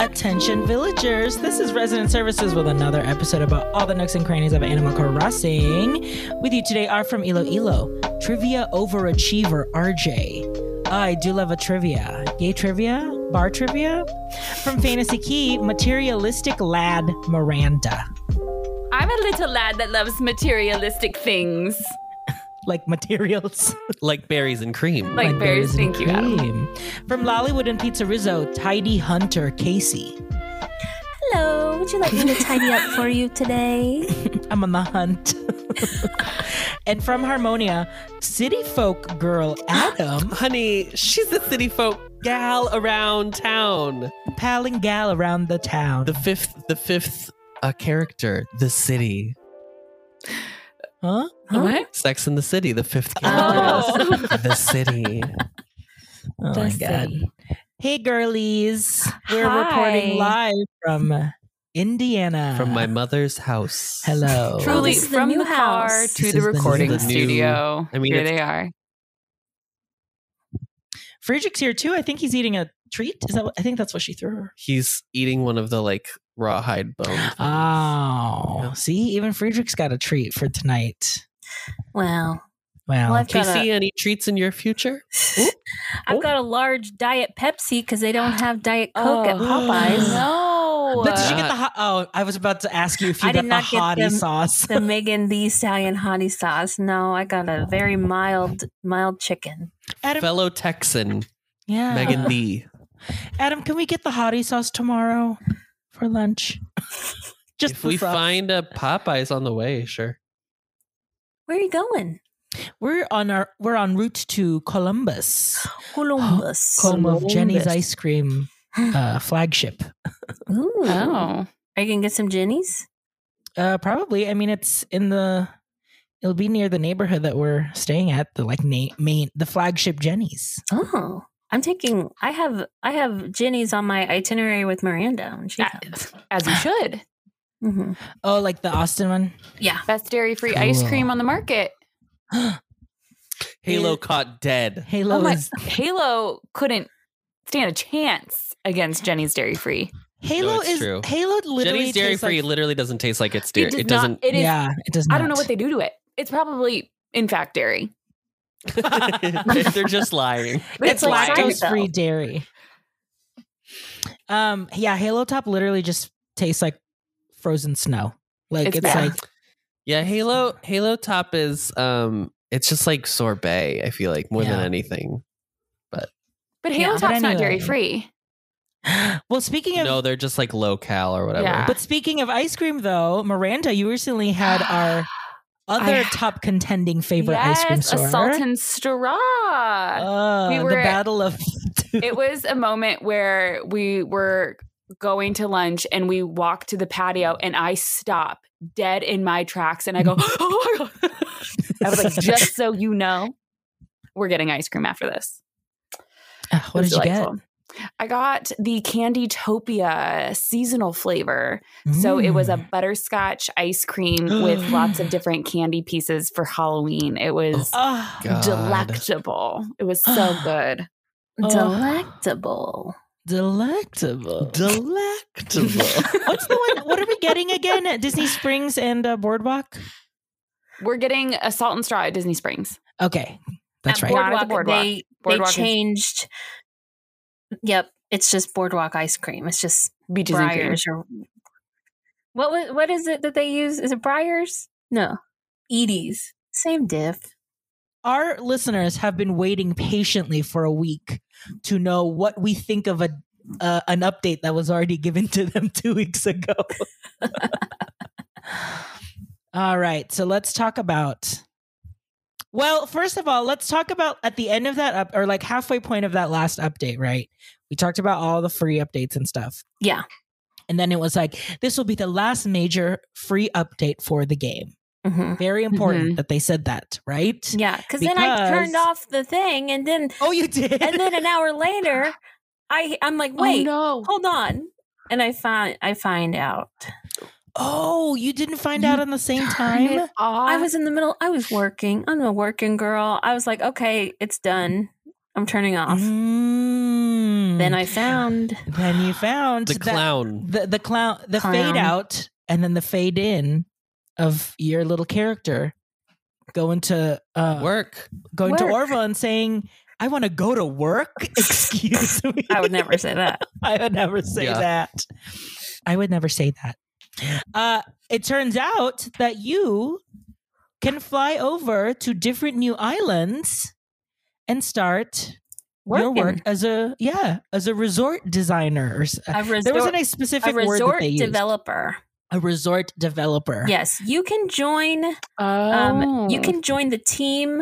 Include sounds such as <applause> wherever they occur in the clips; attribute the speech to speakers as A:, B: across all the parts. A: Attention villagers, this is Resident Services with another episode about all the nooks and crannies of Animal Crossing. With you today are from Iloilo, trivia overachiever RJ. I do love a trivia. Gay trivia? Bar trivia? From Fantasy Key, materialistic lad Miranda.
B: I'm a little lad that loves materialistic things.
A: Like materials.
C: like berries and cream.
B: Like, berries,
A: and
B: thank you, Adam.
A: cream. From Lollywood and Pizza Rizzo, Tidy Hunter Casey.
D: Hello, would you like me to tidy up for you today?
A: I'm on the
D: <laughs>
A: hunt. and from Harmonia, city folk girl
D: <gasps>
A: Adam,
C: Honey, she's a city folk gal around town.
A: palling gal around the town.
C: The fifth, the fifth uh, character, the city.
A: huh? Oh
D: Huh?
B: What?
C: Sex in the City, the fifth character.
B: Oh.
C: <laughs> the city.
A: Oh
D: The
A: my god.
D: city.
A: Hey girlies. We're
B: Hi.
A: reporting live from Indiana.
C: From my mother's house.
A: Hello.
D: Oh,
B: Truly
D: this is the
B: from
D: new
B: the car
D: house.
B: to
A: This
B: the
A: is the new-
B: recording
C: the new-
B: studio.
C: I mean,
B: here
C: it's-
B: they are.
A: Friedrich's here too. I think he's eating a treat. Is that what, I think that's what she threw her.
C: He's eating one of the like rawhide bone. things.
A: Oh.
C: Yeah.
A: See, even Friedrich's got a treat for tonight.
D: Well,
A: Wow.
D: Well, I've
C: Casey,
D: got a-
C: any treats in your future?
D: I've got a large Diet Pepsi because they don't have Diet Coke
B: <gasps>
D: at
B: Oh, <laughs>
D: Popeyes.
B: No.
A: but did you
C: Uh,
A: get the hot? Oh, I was about to ask you if you
D: I
A: got
D: did
A: the
D: not get
A: hottie
D: them-
A: sauce.
D: the Megan the Stallion hottie sauce. No, I got a very mild, mild chicken.
A: Adam,
C: Fellow Texan,
A: yeah.
C: Megan Lee.
A: Adam, can we get the hottie sauce tomorrow for
C: <laughs>
A: lunch? Just
C: If
A: the
C: we
A: sauce.
C: find a Popeyes on the way, sure.
D: Where are you going?
A: we're on our we're en route to
C: <gasps>
A: Columbus,
D: <gasps> Columbus.
A: home of Jenny's
D: Columbus.
A: ice cream uh, flagship.
D: Ooh.
B: Oh.
D: Are you going to get some Jenny's?
A: Uh, probably. I mean, it's in the it'll be near the neighborhood that we're staying at. The like na- main the flagship Jenny's.
D: Oh. I'm taking I have I have Jenny's on my itinerary with Miranda when she comes.
B: As you should.
D: hmm
A: Oh, like the Austin one.
D: Yeah.
B: Best dairy free ice
A: Cool.
B: cream on the market.
C: Halo
A: Yeah.
C: caught dead.
A: Halo
B: oh my
A: is
B: Halo couldn't stand a chance against Jenny's dairy free.
A: Halo
C: No, it's
A: is
C: true.
A: Halo literally
C: Jenny's dairy
A: tastes
C: free
A: like-
C: literally doesn't taste like it's dairy. It,
B: does
C: doesn't.
B: not it is
A: yeah, it does not.
B: I don't know what they do to it. It's probably in fact dairy.
C: They're just lying.
A: it's
D: It's like
B: lying.
A: lactose
D: Seinfeld.
A: free dairy. Um, yeah, Halo Top literally just tastes like frozen snow. Like it's,
B: It's bad.
A: like
C: Yeah, Halo Halo Top is um it's just like sorbet, I feel like, more than
A: Yeah.
C: anything.
B: But
D: Yeah,
B: Halo
D: but
B: Top's
A: anyway.
B: not dairy free.
A: <gasps> well, speaking of
C: No, they're just like low cal or whatever.
B: Yeah.
A: but speaking of ice cream though, Miranda, you recently had our other
B: <gasps> I-
A: top contending favorite ice cream
B: Yes,
A: store.
B: a salt and straw.
A: Oh,
B: We
A: the
B: were-
A: battle of
B: <laughs> it was a moment where we were going to lunch and we walked to the patio and I stop dead in my tracks and
A: <laughs>
B: I go, Oh my God. I was like, just so you know, we're getting ice cream after this.
A: Uh, <laughs> what
B: It was
A: did you get?
B: delightful. I got the Candy Topia seasonal flavor. So it was a
A: Mm.
B: butterscotch ice cream with lots
A: <gasps>
B: of different candy pieces for Halloween. It was
A: Oh,
C: God.
B: delectable. It
A: <gasps>
B: was so good.
A: Oh.
D: Delectable.
A: delectable. <laughs>
C: Delectable.
A: What's the one? What are we getting again at Disney Springs and uh, Boardwalk?
B: We're getting a salt and straw at Disney Springs.
A: Okay, that's
D: At
A: right.
B: Board- Not
D: Boardwalk,
B: at the boardwalk.
D: They,
B: Boardwalk
D: they
B: is-
D: changed. Yep, it's just boardwalk ice cream. It's just
B: Beaches and cream.
D: Briars or what? Was, what is it that they use? Is it Briars? No, Edie's. Same diff.
A: Our listeners have been waiting patiently for a week to know what we think of a uh, an update that was already given to them <laughs> two weeks ago. all right, so let's talk about. Well, first of all, let's talk about at the end of that up or like halfway point of that last update, right? We talked about all the free updates and stuff.
D: Yeah.
A: And then it was like, this will be the last major free update for the game.
D: hmm
A: Very important that they said that, right?
D: Yeah, because then I turned
A: Because-
D: off the thing, and then
A: Oh, you did.
D: and then an hour later, I I'm like, wait,
B: Oh,
D: hold on, and I find I find out
A: oh, you didn't find
B: You
A: out on the same time.
D: I was in the middle. I was working. I'm a working girl. I was like, okay, it's done. I'm turning off.
A: Mm.
D: Then I found
A: then you found
C: The
A: that-
C: clown.
A: the the clown the
D: Clown.
A: fade out and then the fade in of your little character going to uh
C: Work.
A: going to
D: Work.
A: Orville and saying I want to go to work. <laughs> Excuse me.
D: I would never say that.
A: <laughs> I would never say
C: Yeah.
A: that. I would never say that. Uh, it turns out that you can fly over to different new islands and start your work
D: Working.
A: as a yeah as a resort designer. Or, s-
D: A
A: there
D: resort,
A: wasn't a specific
D: a
A: word that
D: resort
A: they used.
D: developer.
A: a resort developer.
D: Yes, you can join.
B: Oh,
D: Um, you can join the team,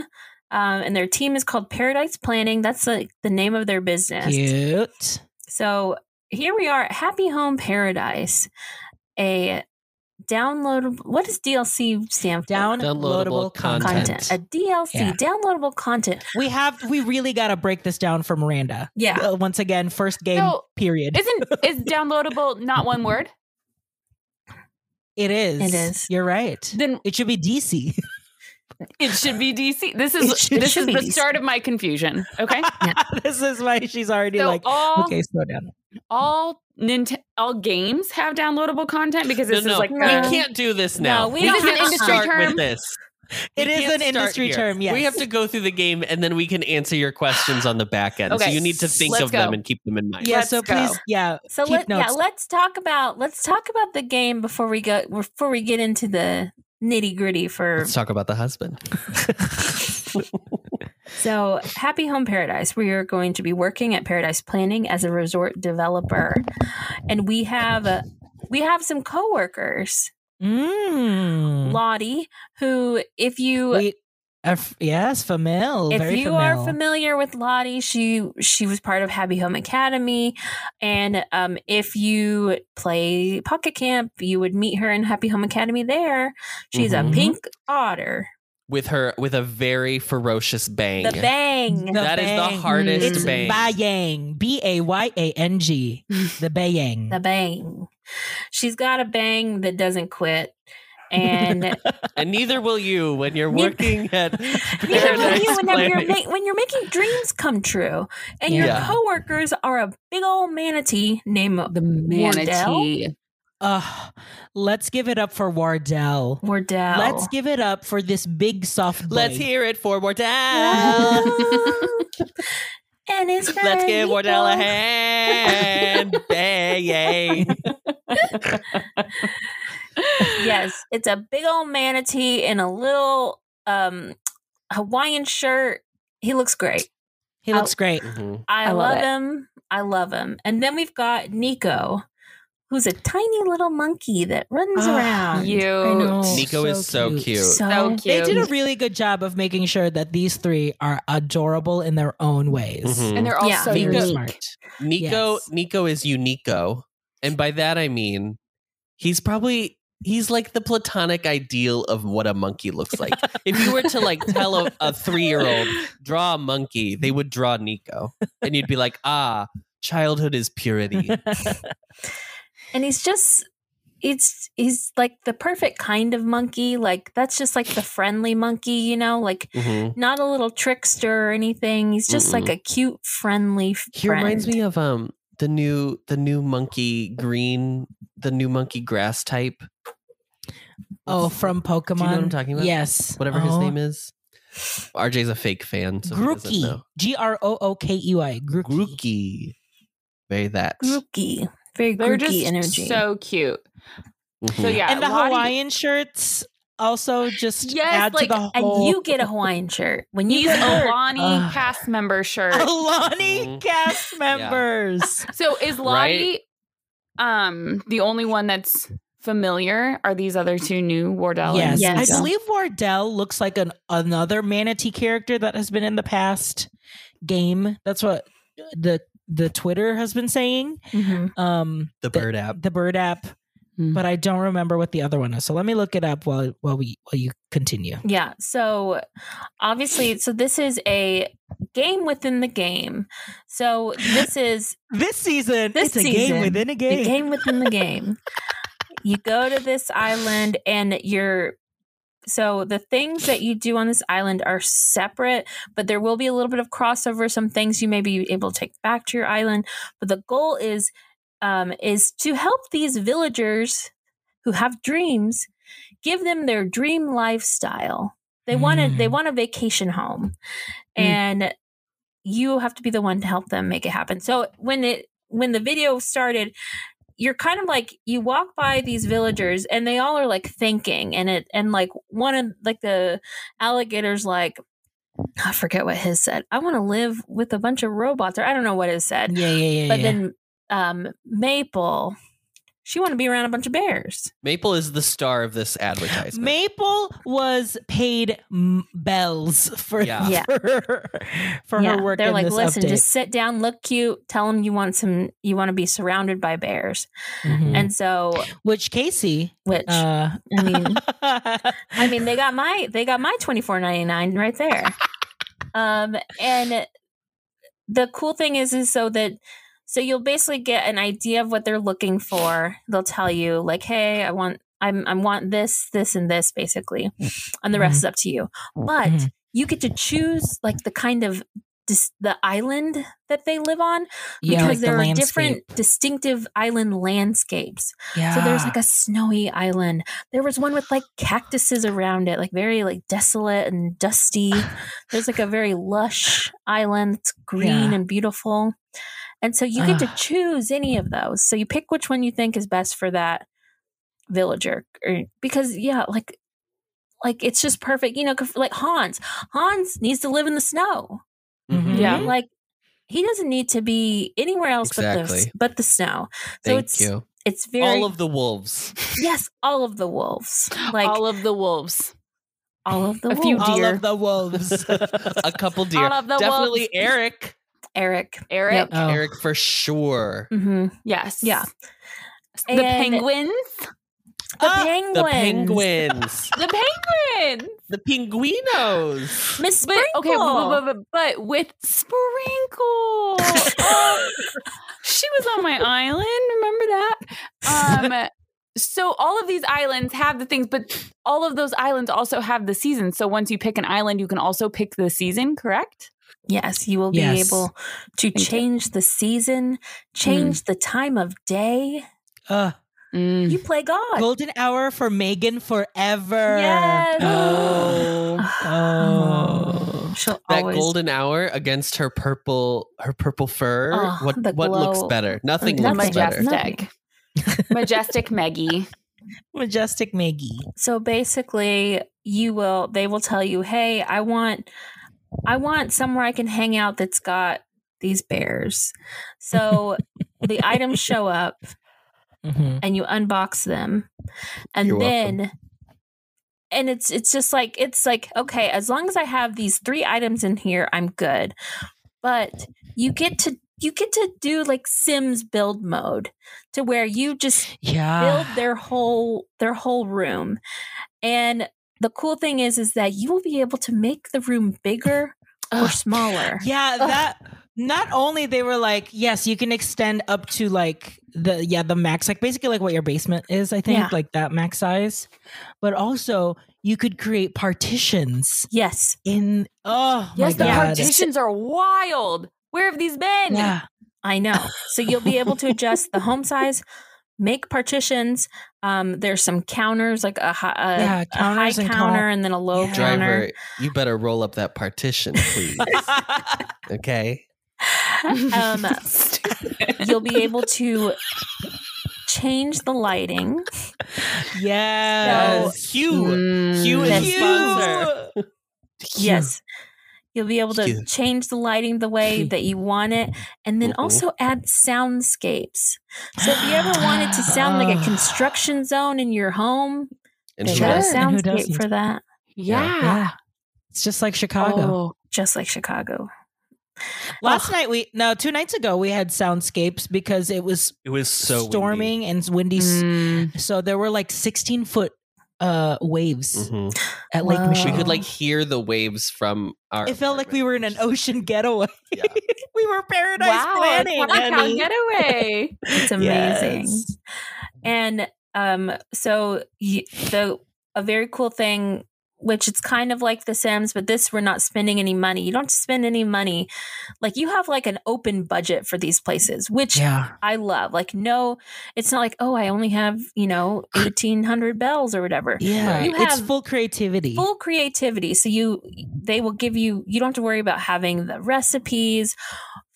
D: um, and their team is called Paradise Planning. That's like the name of their business.
A: cute.
D: So here we are at Happy Home Paradise, a downloadable. What does DLC stand for?
A: Downloadable,
C: Downloadable
A: content.
D: content.
C: content.
D: A DLC,
A: Yeah.
D: downloadable content.
A: We have we really got to break this down for Miranda.
D: Yeah.
A: Uh, once again, first game
B: So,
A: period.
B: Isn't is downloadable not one word?
A: It is.
D: It is.
A: You're right.
B: Then
A: It should be DC.
B: it should be DC. This
A: It
B: is
A: should-
B: this
D: should
B: is
D: be
B: the
D: DC.
B: start of my confusion. <laughs> Okay,
A: <laughs> this is why she's already
B: so
A: like,
B: all
A: okay, slow down.
B: all Nint- all games have downloadable content because
C: No,
B: this
C: no,
B: is like
C: we
B: a-
D: uh,
C: can't do this
D: no,
C: now.
D: we
B: don't
C: have
B: have
C: to
B: an industry
C: start
B: term.
C: with this.
A: It
C: We
A: is
C: can't
A: an
C: start
A: industry
C: here.
A: term, yes.
C: We have to go through the game and then we can answer your questions on the back end. So
B: Okay,
C: you need to think
B: let's
C: of them
B: go.
C: and keep them in mind.
A: Yeah,
B: Let's
A: so
B: go.
A: please, yeah,
D: So
A: Keep
D: let yeah,
A: notes.
D: let's talk about let's talk about the game before we go before we get into the nitty gritty for
C: Let's talk about the husband.
D: So, Happy Home Paradise, we are going to be working at Paradise Planning as a resort developer. And we have a we have some coworkers,
A: Mm.
D: Lottie, who if you
A: We are f- yes, famil.
D: if
A: very
D: you
A: famil.
D: are familiar with Lottie, she she was part of Happy Home Academy, and um, if you play Pocket Camp, you would meet her in Happy Home Academy. There, she's
C: Mhm.
D: a pink otter.
C: With her with a very ferocious bang.
D: The bang.
A: The
C: That is
A: bang.
C: the hardest
D: It's
C: bang.
A: Bayang, B A Y A N G, the Bayang.
D: the bang. She's got a bang that
C: <laughs>
D: doesn't quit. And
C: And neither will you when you're
D: <laughs> Neither-
C: working <laughs> at
D: neither will
C: Paradise
D: you whenever you're,
C: Planet.
D: ma- when you're making dreams come true. And your
C: Yeah.
D: coworkers are a big old manatee named
B: the manatee.
A: Ugh, let's give it up for Wardell.
D: Wardell.
C: <laughs>
A: Let's give it up for this big soft. Boy.
C: Let's hear it for Wardell.
D: and his friend.
C: Let's give Wardell a
D: <laughs> Nico.
C: hand. Bang.
D: Yes, it's a big old manatee in a little um, Hawaiian shirt. He looks great.
A: He looks great.
C: Mhm.
D: I,
B: I love
D: love,
B: it.
D: him. I love him. And then we've got Nico, who's a tiny little monkey that runs
A: Ah,
D: around.
B: Cute.
A: I know.
C: Nico is so cute.
B: So
A: They
B: cute.
A: did a really good job of making sure that these three are adorable in their own ways.
C: Mhm.
B: And they're all
D: Yeah.
B: so
A: Very
B: unique.
A: smart.
C: Nico
A: Yes.
C: Nico is unico. And by that I mean he's probably he's like the platonic ideal of what a monkey looks like. if you were to like tell a, a 3-year-old draw a monkey, they would draw Nico. And you'd be like, "Ah, childhood is <laughs>
A: <laughs>
C: purity."
D: and he's just it's he's like the perfect kind of monkey like that's just like the friendly monkey you know like
C: Mhm.
D: not a little trickster or anything he's just like a cute friendly friend.
C: He reminds me of um the new the new monkey green, the new monkey grass type.
A: Oh, from Pokemon.
C: Do you know what I'm talking about?
A: Yes.
C: whatever his
A: Oh.
C: name is. RJ's a fake fan. So he doesn't
A: Grookey.
C: know.
A: G R O O K E Y. Grookey.
C: Grookey. Very that.
D: Grookey. very
B: They're
D: grookey
B: just
D: energy
B: so cute. So
C: Mhm.
B: yeah,
A: And the
B: Lottie-
A: Hawaiian shirts also just
B: Yes,
A: add
B: like-
A: to the
D: and
A: whole. <laughs>
D: you get a hawaiian shirt when you
B: He's
D: get
B: a
D: hurt.
B: Lonnie
A: Ugh.
B: cast member shirt.
A: Alani
C: Mhm. <laughs>
A: cast members.
B: So <laughs> is Lottie um the only one that's familiar? Are these other two new Wardell?
A: Yes.
B: and
D: Yes.
A: I
B: Nico?
A: believe Wardell looks like an another manatee character that has been in the past game. That's what the the Twitter has been saying.
D: Mhm.
A: Um
C: The bird app.
A: the bird app,
D: Mm-hmm.
B: Mm.
A: but I don't remember what the other one is. So let me look it up while while we while you continue.
D: yeah so obviously so this is a game within the game so this is
A: This season,
D: This
A: it's a
D: season,
A: game within a
D: The
A: game.
D: game within the game. you go to this island and you're So the things that you do on this island are separate, but there will be a little bit of crossover. Some things you may be able to take back to your island, but the goal is um, is to help these villagers who have dreams, give them their dream lifestyle. They want a,
A: Mm.
D: they want a vacation home,
B: Mm.
D: and you have to be the one to help them make it happen. So when it when the video started, you're kind of like you walk by these villagers and they all are like thinking and it and like one of like the alligators like I forget what his said. I want to live with a bunch of robots or I don't know what his said.
A: Yeah, yeah, yeah.
D: But
A: yeah.
D: then um Maple she wanted to be around a bunch of bears.
C: Maple is the star of this advertisement.
A: Maple was paid m- bells for <laughs>
C: Yeah.
D: Yeah.
A: for her, for her work.
D: They're
A: in
D: like,
A: this
D: listen,
A: update."
D: just sit down, look cute, tell them you want some you want to be surrounded by bears.
A: Mhm.
D: And so
A: which Casey,
D: which
A: uh, <laughs>
D: I mean I mean, they got my they got my twenty four ninety nine
A: <laughs>
D: right there. um, and the cool thing is, is so that so you'll basically get an idea of what they're looking for. They'll tell you like, hey, I want I'm I want this, this, and this, basically, and the rest
A: Mm-hmm.
D: is up to you. But
A: Mhm.
D: you get to choose like the kind of dis- the island that they live on
A: yeah,
D: because
A: like the
D: there are
A: landscape.
D: different distinctive island landscapes
A: Yeah.
D: so
A: <laughs>
D: there's like a snowy island. There was one with like cactuses around it, like very like desolate and dusty. There's like a very lush island that's green
A: Yeah.
D: and beautiful. And so you get to
A: Ugh.
D: choose any of those. So you pick which one you think is best for that villager or, because yeah, like like it's just perfect, you know, 'cause, like Hans. Hans needs to live in the snow.
C: Mm-hmm.
D: Mm-hmm.
A: Mhm.
B: Yeah.
D: Like he doesn't need to be anywhere else
C: Exactly.
D: but the but the snow. So
C: Thank
D: it's
C: you.
D: it's very
C: All of the wolves.
D: Yes, all of the wolves. Like all
B: all
D: of,
B: of the wolves.
D: the
B: a
D: wolves.
B: few
A: all
B: deer.
A: of the wolves.
C: <laughs> a couple deer.
B: All of the
C: Definitely
B: wolves.
C: Eric.
D: Eric.
B: Eric.
D: Yep.
A: Oh.
C: Eric for sure.
D: hmm
B: Yes.
D: Yeah.
B: The
D: And-
B: penguins.
D: The
A: Ah,
D: penguins.
C: The penguins.
B: The penguins.
C: the pinguinos.
D: Miss
B: But
D: Sprinkle.
B: okay, but, but, but with Sprinkle, <laughs> <gasps> um, she was on my island. Remember that? Um, so all of these islands have the things, but all of those islands also have the seasons. So once you pick an island, you can also pick the season. Correct?
D: yes, you will be
A: Yes.
D: able to
B: you.
D: change the season, change the time of day.
A: Uh,
B: Mm-hmm. Mm.
D: You play God.
A: golden hour for Megan forever.
B: <gasps>
D: Yes.
A: Oh. oh.
D: She'll
C: That
D: always
C: golden hour against her purple her purple fur.
D: Oh,
C: what
D: the
C: what looks
D: glow.
C: better? Nothing
D: Nothing.
C: looks better.
B: Majestic, <laughs> majestic Maggie.
A: Majestic Maggie.
D: So basically, you will they will tell you, "Hey, I want I want somewhere I can hang out that's got these bears." So the items show up
A: Mhm.
D: and you unbox them and
C: You're
D: then
C: welcome.
D: and it's it's just like it's like okay as long as i have these three items in here i'm good but you get to you get to do like sims build mode to where you just build
A: Yeah.
D: their whole their whole room and the cool thing is is that you will be able to make the room bigger or
A: Ugh.
D: smaller
A: Yeah, that not only they were like, yes, you can extend up to like the yeah, the max like basically like what your basement is, I think,
D: Yeah.
A: like that max size. But also you could create partitions
D: yes
A: in oh
B: Yes,
A: my
B: the
A: god.
B: partitions are wild. Where have these been?
A: yeah.
D: I know. So you'll be able
A: <laughs>
D: to adjust the home size, make partitions. Um, there's some counters, like a, hi- a,
A: Yeah,
D: a high
A: counters
D: counter
A: and
D: and,
A: col-
D: then a low
A: Yeah.
D: counter.
C: Driver, you better roll up that partition, please. okay.
A: <laughs>
D: Um, you'll
C: <laughs>
D: be able to change the lighting.
A: yes.
C: Hugh.
D: Mm-hmm.
B: Mm.
C: Hugh is
D: That's
C: the sponsor.
A: sponsor.
D: Yes. You'll be able to
C: Cute.
D: change the lighting
A: <laughs>
D: the way that you want it, and then
C: Mhm.
D: also add soundscapes. So if you ever
A: <gasps>
D: want it to sound like a
A: Ah.
D: construction zone in your home,
C: And
D: they
C: who
D: got a
A: does?
C: does?
A: And who
D: soundscape
A: doesn't?
D: for that,
B: yeah.
A: Yeah. It's just like Chicago.
B: Oh.
D: just like Chicago.
A: Last night we no, two nights ago we had soundscapes because it was
C: It was so windy.
A: storming and windy. s-
D: Mm.
B: Mm.
A: So there were like 16 foot uh waves
D: Mm-hmm.
C: Mhm.
A: at Lake
D: Wow.
A: Michigan.
C: We could like hear the waves from our.
A: it felt like we
C: apartment.
A: were in an ocean getaway. <laughs>
C: Yeah.
A: we were paradise
B: Wow,
A: planning.
B: it's Clown
A: honey.
B: getaway. <laughs>
D: It's amazing. And um, so you, the a very cool thing which it's kind of like the Sims, but this we're not spending any money. You don't spend any money. Like you have like an open budget for these places, which
A: Yeah.
D: I love. Like no, it's not like, oh, I only have, you know, 1800 bells or whatever.
A: Yeah.
D: You
A: It's
D: have
A: full creativity.
D: Full creativity. So you they will give you you don't have to worry about having the recipes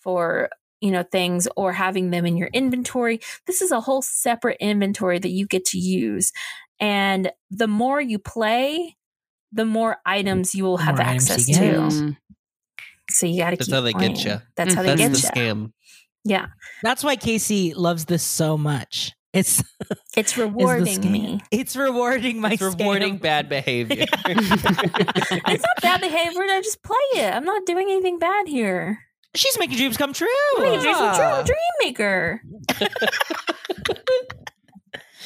D: for you know things or having them in your inventory. This is a whole separate inventory that you get to use. And the more you play, the more items you will
A: The
D: have
A: more items you
D: access
A: get.
D: to.
B: Mm.
D: So you got to
C: That's
D: keep.
C: how they get
D: playing.
C: ya.
D: That's how they
C: That's
D: get
C: the
D: you.
C: scam.
D: yeah,
A: That's why Casey loves this so much. It's it's
D: it's
A: the
D: rewarding
A: scam.
D: me.
A: It's rewarding my
C: It's rewarding
A: scam.
C: bad behavior. <laughs>
D: It's not bad behavior. I just play it. I'm not doing anything bad here.
A: She's making dreams come true.
D: I'm making dreams come true. I'm
A: Yeah.
D: a dream maker.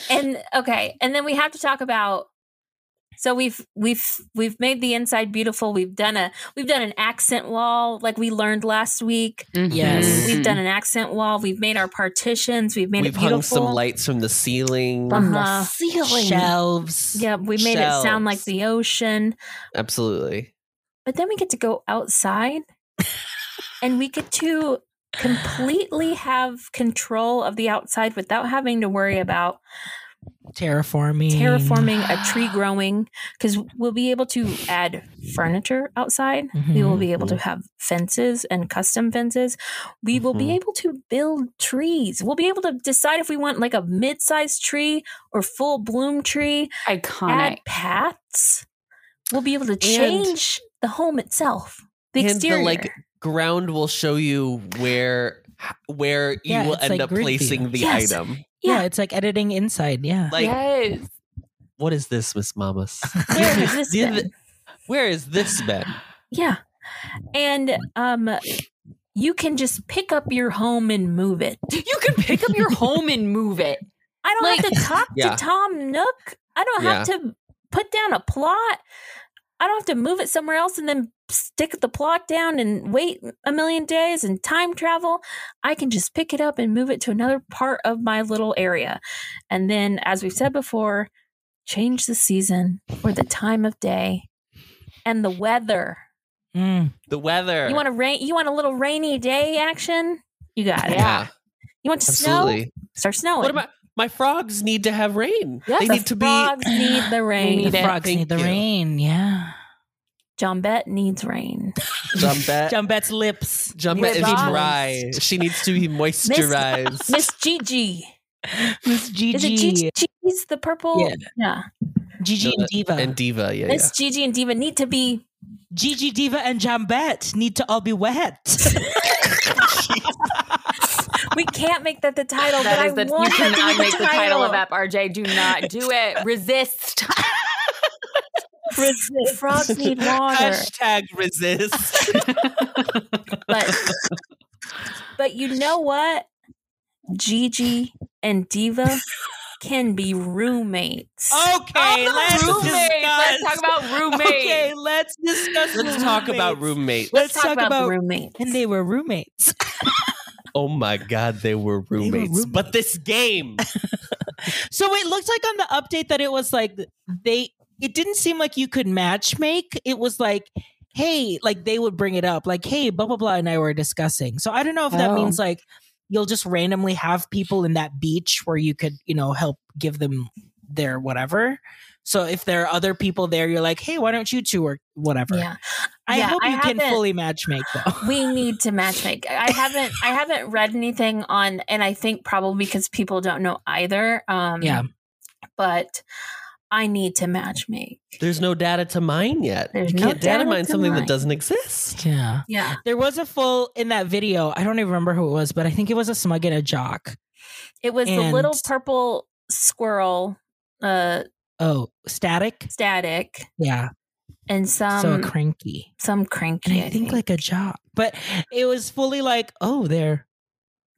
D: and okay, and then we have to talk about. So we've we've we've made the inside beautiful. We've done a we've done an accent wall like we learned last week.
B: Mm-hmm.
A: Yes.
D: We've done an accent wall. We've made our partitions. We've made
C: We've
D: it
C: hung
D: beautiful.
C: some lights from the ceiling.
D: From the Uh-huh.
A: ceiling. Uh, Shelves.
D: Yeah, we made it sound like
C: shelves.
D: the ocean.
C: Absolutely.
D: But then we get to go outside and we get to completely have control of the outside without having to worry about
A: Terraforming.
D: terraforming a tree growing because we'll be able to add furniture outside.
A: Mm-hmm.
D: We will be able to have fences and custom fences. We will be
C: Mhm.
D: able to build trees. We'll be able to decide if we want like a mid sized tree or full bloom tree,
B: Iconic.
D: add paths. We'll be able to change the home itself, the
C: and
D: exterior.
C: the like ground will show you where where you
A: Yeah,
C: will
A: it's
C: end
A: like
C: up
A: grid
C: placing
A: view.
C: the
D: Yes.
C: item.
A: Yeah.
D: yeah.
A: it's like editing inside. Yeah.
C: Like
B: yes.
C: what is this, Miss Mamas? <laughs>
D: Where has this
C: Did
D: been?
C: Where is this been?
D: Yeah. And um you can just pick up your home and move it.
B: You can pick up your home and move <laughs> it.
D: I don't have to talk
C: Yeah.
D: to Tom Nook. I don't have to put down a plot. I don't have to move it somewhere else and then stick the plot down and wait a million days and time travel. I can just pick it up and move it to another part of my little area. And then, as we've said before, change the season or the time of day and the weather.
A: <laughs> Mm.
C: The weather.
D: You want a rain? You want a little rainy day action? You got it.
C: yeah,
D: You want to
C: absolutely.
D: snow? Start snowing.
C: What about my frogs need to have rain?
B: Yes.
C: <clears throat> they
D: the
C: need to be <laughs>
D: frogs need the rain.
B: need
A: The
B: it.
A: frogs
C: Thank
A: need the
C: you.
A: rain. Yeah.
D: Jombette needs rain.
C: Jumbette.
A: Jumbette's lips.
C: Jumbette is
B: Frogs.
C: dry. She needs to be moisturized.
D: Miss Gigi.
A: Miss
D: Is it
A: Gigi.
D: Gigi? Gigi's the purple?
A: Yeah. Gigi
C: No,
A: and
C: that-
A: Diva.
C: and Diva, yeah, yeah.
D: Miss Gigi and Diva need to be.
A: Gigi Diva and Jambette need to all be wet.
B: <laughs>
D: We can't make that the title,
B: That
D: but
B: is
D: I
B: the, you
D: want that
B: cannot
D: to be
B: make the title of App RJ. Do not <laughs> do it. Resist.
D: Resist.
C: <laughs>
D: Frogs need water,
C: Hashtag resist.
D: but but you know what? Gigi and Diva can be roommates.
A: <laughs> Okay,
B: <laughs> Oh,
A: let's
B: roommates. Let's
A: discuss-
B: talk <laughs> about roommates.
A: Okay, let's discuss.
C: Let's talk about
A: roommates.
C: roommate.
A: Let's talk about-
D: roommates.
A: And they were roommates.
C: Oh my god, they were
A: were
C: roommates.
A: roommates.
C: But this game,
A: So it looked like on the update that it was like they. It didn't seem like you could matchmake. It was like, hey, like they would bring it up, like, hey, blah blah blah, and I were discussing. So I don't know if that
B: Oh.
A: means like you'll just randomly have people in that beach where you could, you know, help give them their whatever. So if there are other people there, you're like, hey, why don't you two or whatever?
D: yeah,
A: I
D: Yeah,
A: hope
D: I
A: you can
D: haven't-
A: fully matchmake though. <laughs>
D: we need to matchmake. I haven't I haven't read anything on, and I think probably because people don't know either. Um,
A: Yeah.
D: but I need to matchmake.
C: there's no data to mine yet.
D: There's
C: you
D: no
C: can't data,
D: data
C: mine
D: to
C: something
D: mine.
C: that doesn't exist.
A: Yeah.
D: Yeah,
A: There was a full in that video. I don't even remember who it was, but I think it was a smug and a jock.
D: it was the
A: And-
D: little purple squirrel, uh,
A: Oh, static.
D: static,
A: Yeah.
D: and
A: so a
D: some
A: cranky.
D: some cranky.
A: And I think like a jock, but it was fully like, oh, they're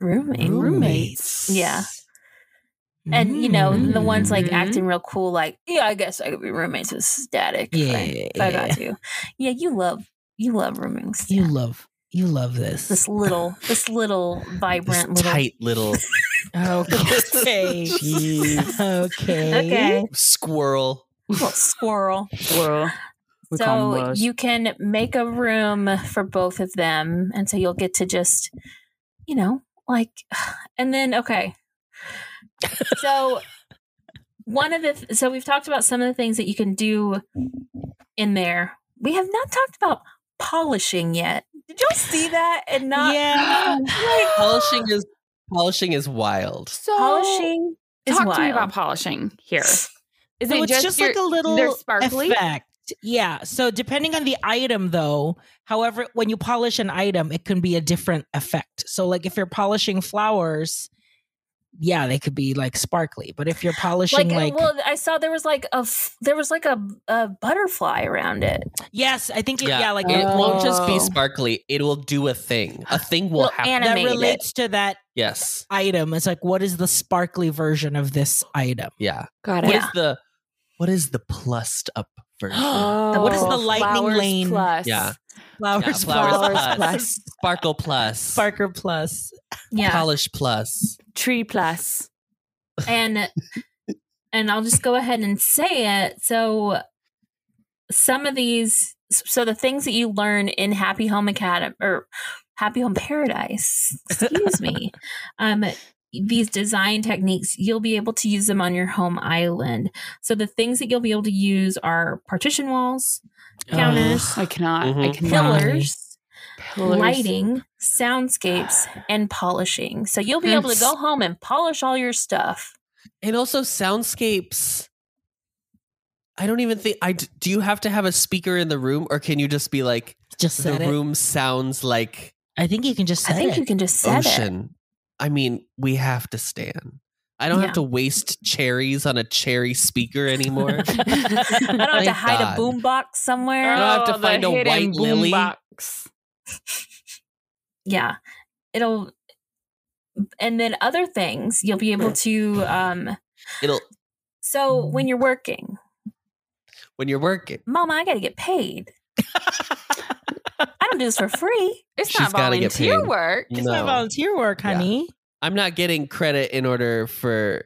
D: roommate,
A: roommates. Mm.
D: Yeah. and you know the ones like
B: Mhm.
D: acting real cool, like yeah, I guess I could be roommates with static. if I-
A: Yeah,
D: if I got you. Yeah, you love you love roommates.
A: you love you love this. <laughs>
D: this little this little
C: This
D: vibrant little <laughs>
C: tight little
D: Oh,
A: okay. okay.
D: okay <laughs>
C: squirrel.
D: Well, squirrel.
B: <laughs> Squirrel. We call 'em
D: so
B: squirrels.
D: you can make a room for both of them and so you'll get to just you know like <sighs> and then okay so one of the th- so we've talked about some of the things that you can do in there we have not talked about polishing yet did y'all see that and not
A: yeah.
D: <gasps>
C: polishing is polishing is wild.
B: so
D: polishing is
B: talk
D: wild.
B: to me about polishing here. Is
A: So it's just,
B: your-
A: like a little
B: they're sparkly?
A: effect. Yeah. So depending on the item, though, however, when you polish an item, it can be a different effect. So like if you're polishing flowers, yeah, they could be like sparkly. But if you're polishing
D: like,
A: like,
D: uh, well i saw there was like a f- there was like a, a butterfly around it
A: yes, I think it, yeah.
C: Yeah.
A: like
C: It
A: it,
C: won't just
B: Oh.
C: be sparkly. It will do a thing. A thing will
D: Well,
C: happen.
D: and-
A: that
D: animated.
A: relates to that
C: yes.
A: item. It's like what is the sparkly version of this item?
C: Yeah.
B: Got
C: What
B: it.
C: is
D: Yeah.
C: the what is the plussed up version?
B: Oh,
A: What is the lightning
B: flowers
A: lane?
B: Plus.
C: Yeah.
A: Flowers,
C: Yeah, flowers
B: plus.
C: Sparkle plus.
A: sparker plus.
D: yeah
C: Polish plus.
B: Tree plus.
D: and and I'll just go ahead and say it. So some of these so the things that you learn in Happy Home Academy or Happy Home Paradise, excuse me. Um these design techniques, you'll be able to use them on your home island. So the things that you'll be able to use are partition walls, counters,
B: I cannot. I
C: Mhm.
B: cannot.
D: pillars,
B: Pillars.
D: lighting, soundscapes, and polishing. So you'll be able to go home and polish all your stuff.
C: And also soundscapes. I don't even think I d- do you have to have a speaker in the room or can you just be like
A: Just set
C: the
A: it.
C: room sounds like
A: I think you can just
D: I
A: set
D: think
A: it.
D: you can just set it.
C: ocean? I mean, we have to stand. I don't
D: Yeah.
C: have to waste cherries on a cherry speaker anymore.
D: <laughs> I don't have to
C: Thank
D: hide
C: God.
D: a boombox somewhere.
C: don't have to
B: Oh, the
C: find a
B: hidden
C: white lily.
B: boombox.
D: yeah, it'll. And then other things you'll be able to. Um,
C: It'll
D: so when you're working,
C: when you're working.
D: Mama, I got to get paid. I don't do this for free.
B: It's
C: She's
B: not
C: gotta get
B: volunteer
C: paid.
B: work.
A: It's my volunteer work,
C: Yeah.
A: honey.
C: I'm not getting credit in order for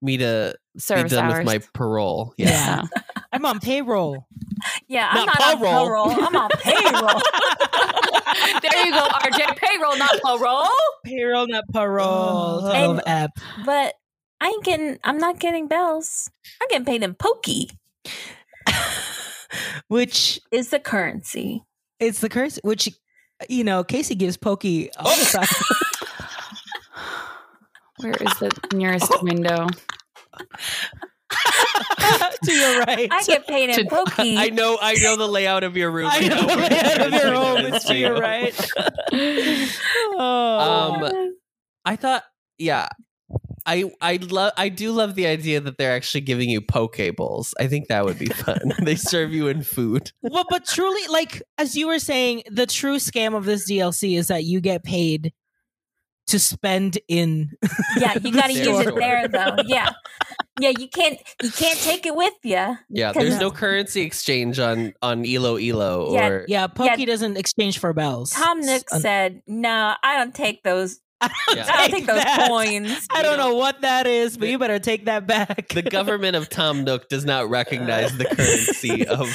C: me to
B: Service
C: be done
B: hours.
C: with my parole.
A: Yeah.
C: Yeah.
A: I'm on <laughs> payroll.
D: Yeah, I'm
C: Not
D: not
C: payroll.
D: on payroll.
C: <laughs>
D: I'm on <laughs> payroll.
B: <laughs> there you go, RJ. Payroll, not parole.
A: Oh. Payroll, not parole.
C: Oh.
A: Love
D: And-
A: app.
D: but I ain't getting. I'm not getting bells. I'm getting paid in pokey.
A: Which
D: Is the currency?
A: is the curse, which, you know, Casey gives Pokey all the time.
B: Where is the nearest
C: Oh.
B: window?
A: <laughs> to your right.
D: I get paid
A: <laughs>
D: in
B: To-
D: pokey.
C: I know I know the layout of your room.
A: I know
C: where
A: the layout of
C: it is. <laughs>
A: your
C: I know
A: home. It's to your <laughs>
C: you.
A: right. Oh.
C: Um, I thought, yeah, I I love I do love the idea that they're actually giving you poke bowls. I think that would be fun. <laughs> they serve you in food.
A: well, but truly, like, as you were saying, the true scam of this DLC is that you get paid to spend in.
D: Yeah,
A: <laughs>
D: you got to
C: There
D: use it
C: you
D: there
C: are.
D: though. Yeah. Yeah, you can't you can't take it with you.
C: Yeah,
D: Because-
C: there's no currency exchange on on Elo Elo
D: Yeah, <laughs>
C: or
A: Yeah, Pokey doesn't exchange for bells.
D: Tom Nook
A: Un-
D: said, "No, I don't take those.
C: Yeah.
D: I don't
A: Take
D: take those
A: that.
D: coins."
A: I don't know what that is, but you better take that back. <laughs>
C: the government of Tom Nook does not recognize the currency of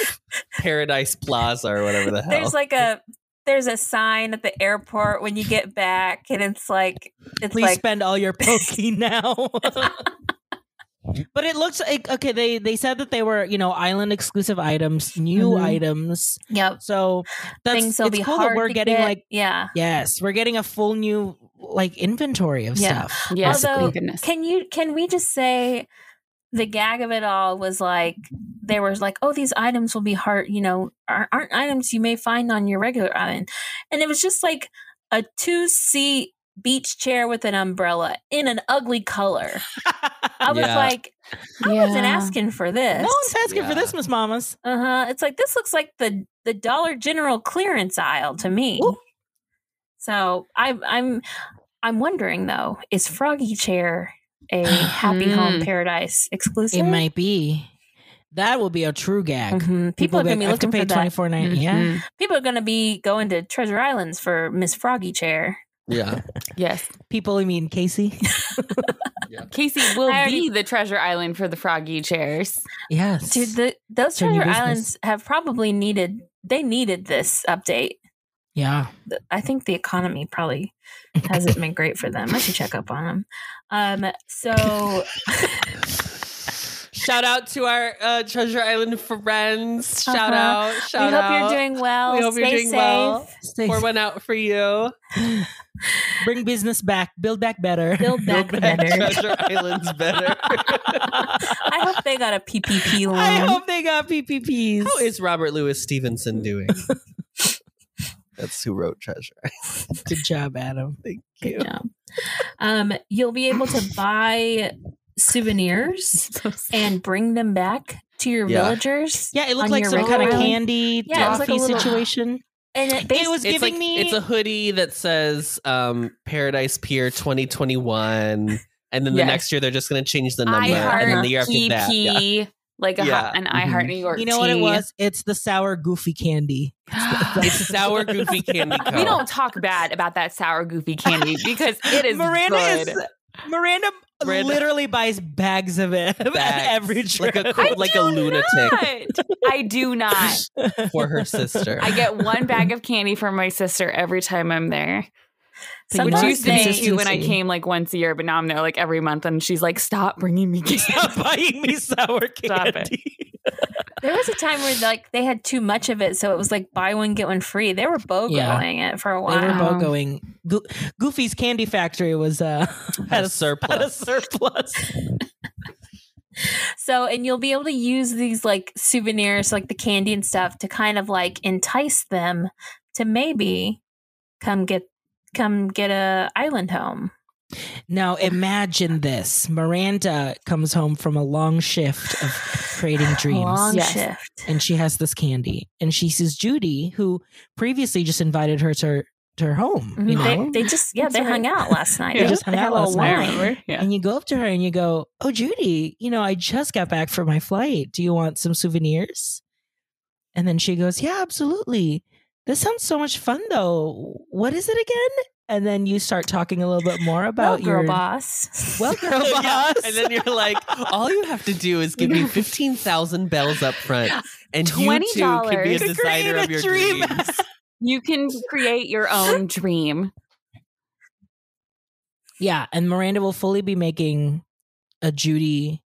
C: Paradise Plaza or whatever the hell.
D: There's like a there's a sign at the airport when you get back, and it's like it's
A: Please
D: like
A: spend all your <laughs> pokey now. but it looks like okay. They they said that they were you know island exclusive items, new
D: Mhm.
A: items.
D: yep.
A: So that's
D: Things will
A: it's
D: be
A: cool
D: hard.
A: that we're
D: to
A: getting
D: get.
A: like
D: yeah.
A: yes, we're getting a full new like inventory of
D: Yeah.
A: stuff.
B: Yes,
A: <laughs>
D: Although-
B: thank goodness.
D: Can you can we just say the gag of it all was like there was like oh these items will be hard you know ar- aren't items you may find on your regular island and it was just like a two seat beach chair with an umbrella in an ugly color i was
C: Yeah.
D: like i wasn't
B: Yeah.
D: asking for
A: No
D: this
A: one's asking for
C: Yeah.
A: this, Miss Mamas.
D: uh-huh it's like this looks like the the dollar general clearance aisle to me
A: Ooh.
D: so i'm i'm i'm wondering though is froggy chair
A: <sighs>
D: a happy home
B: Mm.
D: paradise
A: Hmm. It
D: exclusive
A: might be. That will be a true gag.
D: Mhm. people, are
A: will
D: gonna be
A: like, I have to
D: looking for
A: pay
D: that Mm-hmm.
A: twenty four nine. Yeah.
B: Mhm.
D: people are going to be going to treasure islands for miss froggy chair
C: Yeah.
B: Yes.
A: People, I mean Casey. <laughs>
B: Casey will
D: I already-
B: be the treasure island for the
A: <laughs>
B: froggy chairs.
A: yes.
D: Dude, the, those
A: It's our new
D: treasure
A: business.
D: islands have probably needed they needed this update.
A: yeah.
D: The- I think the economy probably
A: <laughs>
D: hasn't been great for them. I should check up on them. Um, so
C: Shout out to our uh, Treasure Island friends. Shout
D: Uh-huh.
C: out.
D: we
C: Shout
D: hope
C: out.
D: you're doing well.
C: We hope
D: Stay
C: you're doing
D: safe.
C: well.
A: Stay-
C: Pour one out for you.
A: Bring business back. Build back better. <laughs>
C: <laughs>
D: Build back better.
C: Treasure Island's better.
D: <laughs> I hope they got a PPP loan.
C: <laughs> I hope they got PPPs.
A: How
C: <laughs> How
A: is
C: is Robert Louis Stevenson
D: <laughs>
C: doing? That's who wrote Treasure.
A: Good job, Adam.
C: Thank
D: Good
C: you.
D: job. Um, you'll be able to
C: <laughs>
D: buy souvenirs and bring them back to your
C: Yeah.
D: villagers.
A: Yeah, it looked
D: On
A: like
D: your
A: some
D: regular
A: kind of
D: island?
A: candy
D: Yeah,
C: it
A: toffee
C: was
D: like a little-
A: situation.
D: And it,
A: it was
D: basically
A: giving
C: like,
A: me
C: It's a hoodie that says um, Paradise Pier 2021. And then the
B: Yes.
C: next year they're just going to change the number.
B: I
C: and then
B: heart
C: the year after that. yeah.
B: PP, like a
C: Yeah. Mm-hmm.
B: hot, an I heart New York.
A: you know what it
B: tea. <laughs>
A: was? It's the sour goofy candy.
C: It's <laughs>
A: <laughs>
C: sour goofy candy. Co.
B: We don't talk bad about that sour goofy candy because it is
A: Miranda
B: good.
A: is Miranda,
C: Miranda-
A: literally buys bags of it <laughs> at
C: Bags.
A: every trip.
C: like a cr- like a lunatic
B: Not. I do not.
A: <laughs>
C: for her sister.
B: I get one bag of candy for my sister every time I'm there.
A: You
B: Which
A: know,
B: used to be
A: consistency.
B: cute when I came like once a year, but now I'm there like every month, and she's like, "Stop bringing
A: <laughs>
B: me candy."
A: <laughs> Stop buying me sour
B: Stop it.
A: candy.
D: there was a time where like they had too much of it, so it was like buy one get one free. They were bogoing it for a
A: They were
D: while.
B: Wow.
A: bogoing. Go- Goofy's Candy Factory was uh,
C: Had
A: had,
C: a
A: a, had a
C: surplus. <laughs>
A: surplus.
D: so, and you'll be able to use these like souvenirs, like the candy and stuff, to kind of like entice them to maybe come get come get a island home.
A: Now imagine this: Miranda comes home from a long shift of
B: <laughs>
A: creating dreams.
D: <sighs> Long
B: Yes.
D: shift.
A: and she has this candy and she sees Judy who previously just invited her to her, to her home
B: Mm-hmm.
A: you
D: Mhm.
A: know
D: They, they just yeah,
B: That's
D: they
B: right.
D: hung out last night.
B: They
D: They
A: just
D: just
A: hung
D: they had
A: out
D: a little
A: last night.
D: wine.
B: Yeah.
A: and you go up to her and you go oh Judy you know I just got back from my flight do you want some souvenirs and then she goes yeah absolutely this sounds so much fun though what is it again and then you start talking a little bit more
D: Well,
A: about your
D: girl boss. <laughs>
A: well girl boss
C: Yeah, And then you're like, all you have to do is give me 15,000 bells up front, and you too can be a
B: $20
A: To create
C: designer
A: a
C: of your
A: dream.
B: <laughs>
C: dreams.
B: You can create your own dream.
A: Yeah, and Miranda will fully be making a Judy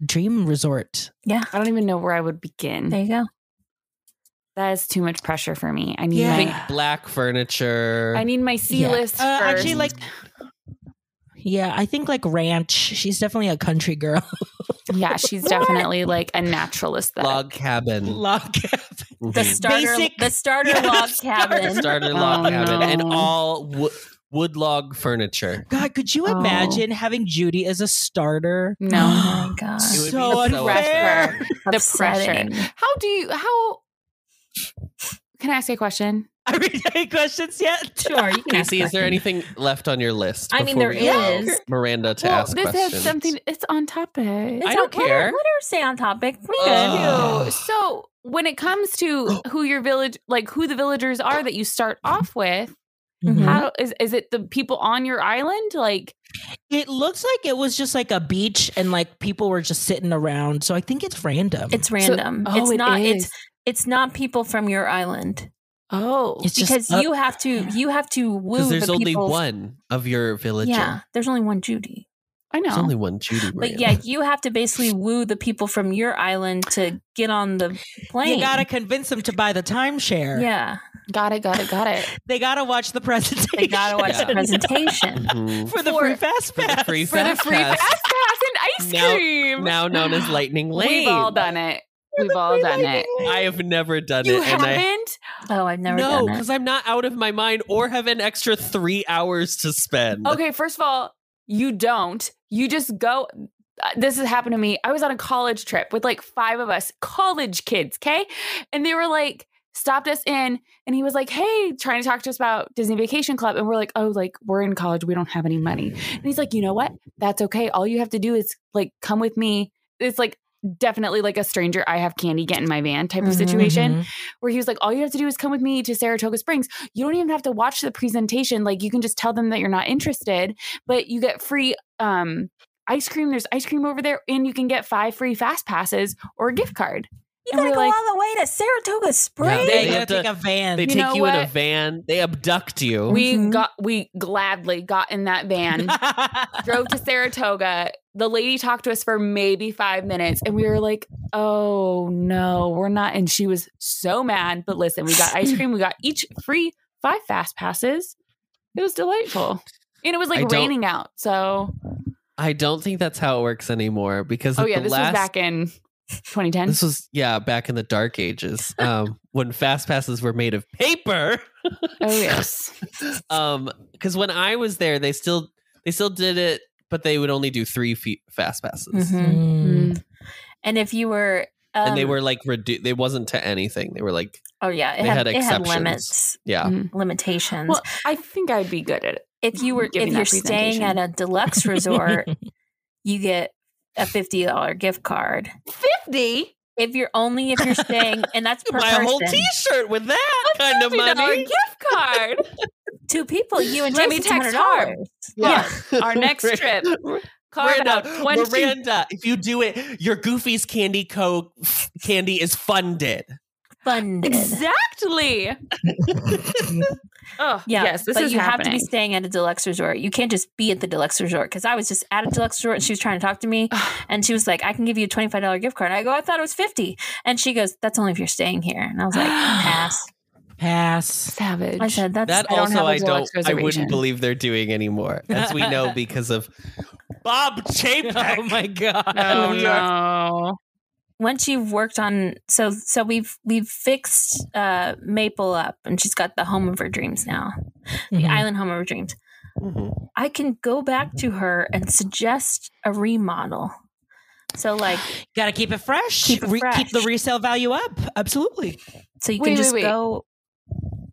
A: dream resort.
D: yeah,
B: I don't even know where I would begin.
D: there you go.
B: That is too much pressure for me. I need
A: Yeah.
C: Think
B: my
C: black furniture.
B: I need my C
A: Yeah.
B: list
A: Uh,
B: first.
A: actually, like, yeah, I think like ranch. She's definitely a country girl. <laughs>
B: yeah, she's definitely like a naturalist. That
C: log cabin.
A: Log cabin.
C: Mhm.
D: The starter,
A: Basic-
D: the starter
A: Yeah, the
D: log
A: starter-
D: cabin. <gasps>
C: Starter log
B: Oh,
C: cabin
B: no.
C: and all wo- wood log furniture.
A: God, could you
B: Oh.
A: imagine having Judy as a starter?
B: No.
D: Oh my god,
C: It would
A: So
C: be so
A: unfair.
C: unfair.
B: the pressure.
D: Upsetting.
B: How do you? How can I ask you a question?
A: <gasps> Are we any questions yet?
D: Sure, you can ask
C: Casey, is there
D: questions.
C: anything left on your list?
D: I mean,
C: before
D: there
C: we allow
D: is.
C: Miranda to ask
B: this
C: questions.
B: has something. It's on topic.
D: It's
C: I don't
D: on- let her-
C: care.
D: Let her stay on topic. We
C: Ugh.
D: good.
C: Oh.
B: Ew. Uh, So when it comes
C: <gasps>
B: to who your village, like who the villagers are that you start
C: Mm-hmm.
B: off with,
A: Mhm.
B: how is is it the people on your island? Like
A: It looks like it was just like a beach and like people were just sitting around. So I think it's random.
D: It's random.
B: So-
D: it's
B: oh, it
D: not. It's
B: is.
D: it's not people from your island
B: oh
A: It's just
D: because
A: up-
D: you have to you have to woo.
C: Because there's
D: the
C: only
D: people-
C: one of your villager.
D: Yeah, there's only one Judy.
B: I know.
C: There's only one Judy.
D: But
C: Miranda.
D: yeah,
C: <laughs>
D: you have to basically woo the people from your island to get on the plane.
A: you gotta convince them to buy the timeshare.
D: Yeah,
B: got it. Got it. Got it.
A: They gotta watch the presentation.
D: they gotta watch
A: <laughs>
C: Yeah.
D: the presentation.
C: Mhm.
D: <laughs>
A: for the
B: For-
A: free fast
C: For
A: pass.
C: the free
B: For the
C: fast
B: free
C: pass,
B: fast pass and ice
C: Now-
B: cream.
C: now known as Lightning Lane.
B: We've all done it. We've all done it.
C: I have never done
B: You
C: it, and I
B: haven't?
D: Oh, I've never
C: no,
D: done that.
C: because I'm not out of my mind or have an extra three hours to spend.
B: Okay, first of all, you don't. You just go. uh, This has happened to me. I was on a college trip with like five of us, college kids, okay? And they were like, stopped us in, and he was like, hey, trying to talk to us about Disney Vacation Club. And we're like, oh, like, we're in college. We don't have any money. And he's like, you know what? That's okay. All you have to do is like come with me. It's like definitely like a stranger I have candy get in my van type
C: Mm-hmm,
B: of situation
A: Mm-hmm.
B: where he was like, All you have to do is come with me to Saratoga Springs. You don't even have to watch the presentation. Like you can just tell them that you're not interested, but you get free um ice cream. There's ice cream over there, and you can get five free fast passes or a gift card.
D: You
B: And
D: gotta
B: we're
D: go
B: like-
D: all the way to Saratoga
A: They,
D: Springs.
C: They
A: gotta
C: have to-
A: take a van. <laughs>
C: They
B: You
C: take
B: know
C: you in a
B: what?
C: van. They abduct you.
B: We
D: Mhm.
B: got we gladly got in that van, drove to Saratoga. The lady talked to us for maybe five minutes, and we were like, "Oh no, we're not." And she was so mad. But listen, we got
C: <laughs>
B: ice cream. We got each free five fast passes. It was delightful, and it was
C: I
B: like
C: don't-
B: raining out. So,
C: I don't think that's how it works anymore because
B: oh
C: at
B: yeah,
C: the
B: this was
C: last
B: back in 2010.
C: This was yeah, back in the
B: <laughs>
C: dark ages, um, when fast passes were made of paper. <laughs>
B: oh yes,
C: Um, because when I was there, they still they still did it, but they would only do three feet fast passes,
D: Mhm.
A: Mm.
B: Mm.
D: And if you were, um,
C: and they were like redu- They wasn't to anything. They were like,
D: oh yeah, it
C: they
D: had,
C: had
D: it had
C: exceptions.
D: limits,
C: yeah,
B: Mm.
C: Hmm.
D: limitations.
B: Well, I think I'd be good at it.
D: if you were,
B: giving
D: if
B: that
D: you're staying
B: presentation.
D: at a deluxe resort, you get a fifty dollar gift card.
B: 50
D: If you're only if you're staying, and
C: <laughs>
D: that's per
C: buy a whole
D: person.
C: T-shirt with that kind of
B: dollar
C: money.
B: gift card.
C: <laughs>
D: two people, you and
B: Let me
D: Jason, two hundred
B: text
D: dollars.
B: Yeah.
C: <laughs>
B: Our next
C: Mir-
B: trip. Carve out
C: Miranda,
B: 20
C: Miranda, if you do it, your Goofy's candy co candy is funded.
D: Funded.
B: <laughs> Exactly. oh,
D: Yeah,
B: yes, this
D: but
B: is happening.
D: you have to be staying at a deluxe resort. You can't just be at the deluxe resort because I was just at a deluxe resort and she was trying to talk to me
C: <sighs>
D: and she was like, "I can give you a twenty five dollar gift card." And I go, "I thought it was 50 and she goes, "That's only if you're staying here." And
C: <gasps>
D: I was like, "Pass."
A: Pass.
B: savage.
D: I said, "That's
C: That
B: I don't
C: also
B: have a
C: I don't
B: deluxe
C: I
B: reservation.
C: wouldn't believe they're doing anymore, as we know because of Bob Chapek.
A: Oh my god. <laughs>
B: oh
C: we
B: no.
D: once you've worked on so so we've we've fixed uh Maple up and she's got the home of her dreams now. The
C: Mm-hmm.
A: Mhm.
D: island home of her dreams.
C: Mhm.
D: I can go back to her and suggest a remodel. So like
A: Gotta keep it fresh.
D: Keep it
A: Re-
D: fresh.
A: keep the resale value up. Absolutely.
D: so you
B: Wait,
D: can
B: wait,
D: just
B: wait.
D: go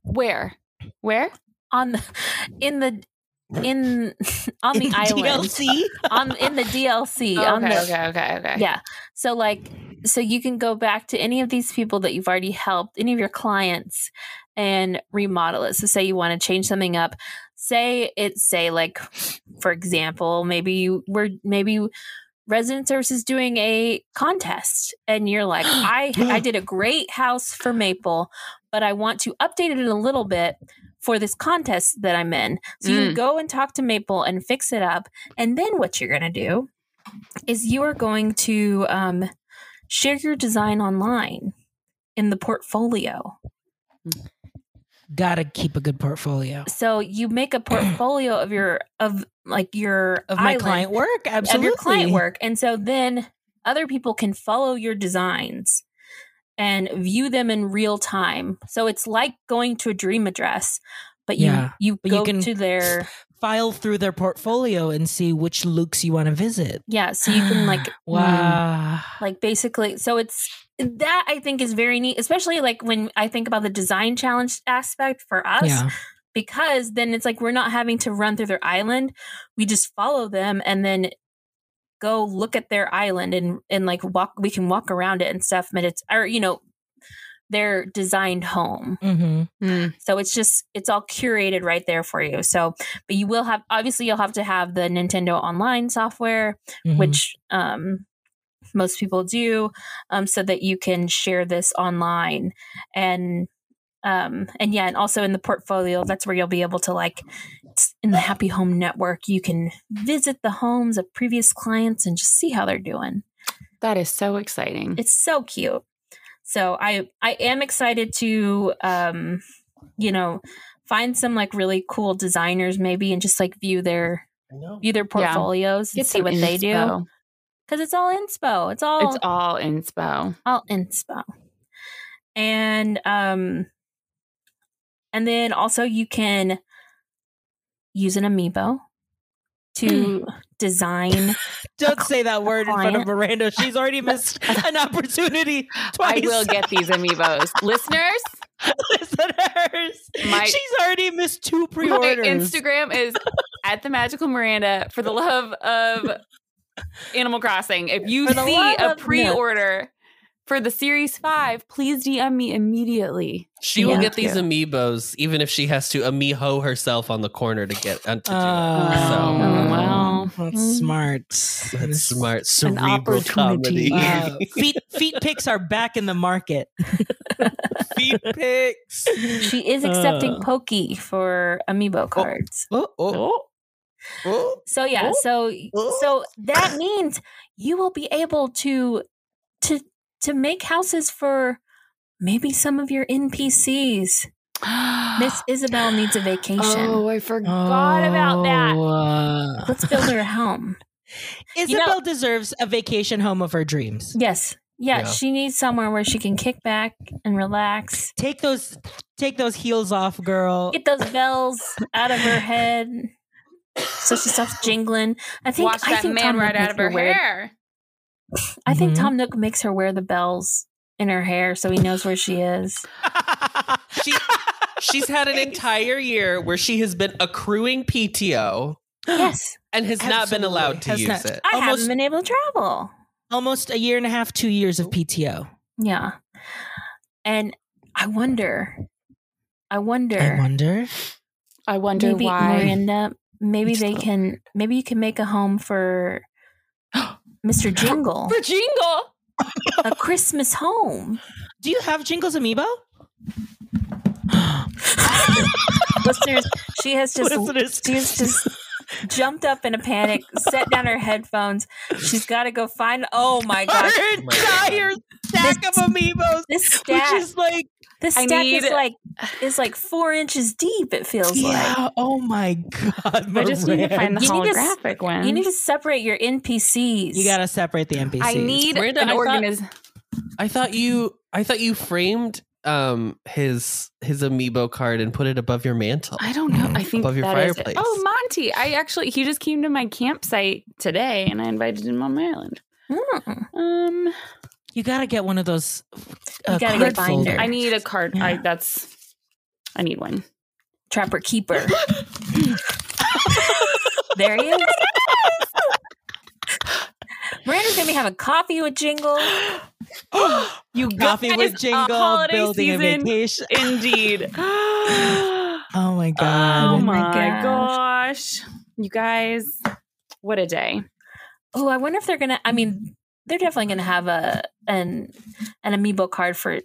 B: Where? Where?
D: on the in the in <laughs> on
A: <laughs>
D: the island
A: DLC.
D: on in the DLC on
B: <laughs> okay,
D: the
B: okay, okay, okay.
D: yeah so like so you can go back to any of these people that you've already helped any of your clients and remodel it so say you want to change something up say it say like for example maybe you were maybe resident services doing a contest and you're like i i did a great house for maple but i want to update it a little bit for this contest that i'm in so you
B: Mm.
D: go and talk to maple and fix it up and then what you're going to do is you are going to um, share your design online in the portfolio.
A: Gotta keep a good portfolio
D: So you
A: <clears throat>
D: make a portfolio of your of like your
A: of my
D: island,
A: client work. Absolutely.
D: of your client work, and so then other people can follow your designs and view them in real time. So it's like going to a dream address, but you
A: Yeah.
D: you
A: But you
D: go
A: can- <sighs>
D: to their
A: File through their portfolio and see which looks you want to visit.
D: yeah. So you can like
A: wow.
D: like basically so it's that i think is very neat especially like when i think about the design challenge aspect for us
A: Yeah.
D: because then it's like we're not having to run through their island we just follow them and then go look at their island and and like walk we can walk around it and stuff but it's or you know their designed home
A: Mm-hmm.
B: Mm.
D: so it's just it's all curated right there for you so but you will have obviously you'll have to have the nintendo online software
A: Mm-hmm.
B: Mm-hmm.
D: which um, most people do, um, so that you can share this online and um, and yeah, and also in the portfolio, that's where you'll be able to like s- in the Happy Home Network, you can visit the homes of previous clients and just see how they're doing.
B: That is so exciting.
D: It's so cute. So I I am excited to um, you know find some like really cool designers maybe and just like view their view their portfolios and see
B: some
D: what they do
B: inspo.
D: because it's all inspo. It's all
B: It's all inspo.
D: all inspo. And um, and then also you can use an amiibo to design.
A: <laughs> Don't say
D: <laughs>
A: that word in front of
D: client-
A: Miranda. She's already
D: <laughs>
A: missed an opportunity twice. <laughs>
B: I will get these amiibos. <laughs> Listeners,
A: listeners.
B: My-
A: She's already missed two
B: My
A: pre-orders.
B: <laughs> Instagram is at the magical Miranda. For the love of Animal Crossing. If you
D: For the
B: see
D: love
B: a
D: of
B: pre order for the Series 5, please DM me <gasps> immediately.
C: She will
D: Yeah.
C: get these amiibos, even if she has to amiho herself on the corner to get uh,
A: Oh,
C: to do it.
D: Oh,
C: So-
B: wow.
D: Mm-hmm.
A: That's
B: Mm.
A: smart.
C: That's smart cerebral
B: opportunity.
C: comedy.
A: Wow. <laughs> feet feet pics are back in the market.
C: <laughs>
A: feet pics.
D: She is accepting
A: Uh.
D: Pokey for amiibo cards.
C: Oh, oh,
A: Oh,
C: oh.
D: So yeah,
A: Oh.
D: so
C: Oh. <laughs>
D: so that means you will be able to to to make houses for maybe some of your NPCs.
B: <gasps>
D: Miss Isabel needs a vacation.
B: Oh, I forgot about
A: <laughs>
B: that.
A: that.
D: Let's build her a home.
A: Isabel deserves a vacation home of her dreams.
D: Yes. Yeah,
C: Yeah.
D: she needs somewhere where she can kick back and relax.
A: Take those take those heels off, girl.
D: Get those bells out of her head. So she stops jingling. I think
B: Wash
D: I
B: that
D: think
B: man
D: Tom
B: right
D: Nook
B: out of
D: makes
B: her
D: wear-
B: hair.
D: I think
A: Mhm.
D: Tom Nook makes her wear the bells in her hair so he knows where
B: <gasps>
D: she is.
C: She, she's had an entire year where she has been accruing PTO
D: Yes.
C: and has not been
A: Absolutely.
C: allowed to
A: Has
C: use
A: not-
C: it.
D: I
A: Almost-
D: haven't been able to travel.
A: <laughs> Almost a year and a half, two years of PTO.
D: Yeah. And I wonder, I wonder,
A: I wonder.
B: I wonder <laughs>
D: maybe
B: why.
D: Miranda, maybe
A: It's
D: they
A: not-
D: can, maybe you can make a home for Mr. Jingle,
B: For Jingle.
D: a Christmas home.
A: Do you have Jingles Amiibo?
D: Listeners, she has just,
A: Listeners.
D: she has just jumped up in a panic, set down her headphones. She's got to go find, oh
B: <laughs>
D: my gosh.
A: Our entire stack of amiibos,
D: This
A: which
D: stack,
A: is like,
D: this
B: I
D: stack is
B: need-
D: like is like four inches deep. It feels like
A: yeah, oh my god,
B: I just need to
A: Miranda.
B: find the
D: You need to s-
B: holographic one.
D: You need to separate your NPCs.
A: You gotta separate the NPCs.
B: I need
C: Miranda,
B: an
C: I thought-
B: organiz-
C: I thought you I thought you framed um his his amiibo card and put it above your mantle.
B: I don't know. I think
C: Above your
B: that is it.
C: fireplace.
B: Oh, Monty! I actually he just came to my campsite today, and I invited him on my island.
D: Mm.
B: Um,
A: You gotta get one of those. Uh,
D: You gotta
A: card
D: get a binder.
A: folders.
B: I need a card. I
A: Yeah.
B: that's I need one.
D: Trapper keeper. there he is. Miranda's gonna be having coffee with Jingle.
A: <gasps> you coffee
B: guys,
A: with
B: a
A: jingle,
B: holiday
A: building a
B: season.
A: vacation. <laughs>
B: Indeed. oh
A: Oh my god.
D: Oh
B: my
D: my
B: gosh. You guys, what a day.
D: Oh, I wonder if they're gonna. I mean, they're definitely gonna have a an an amiibo card for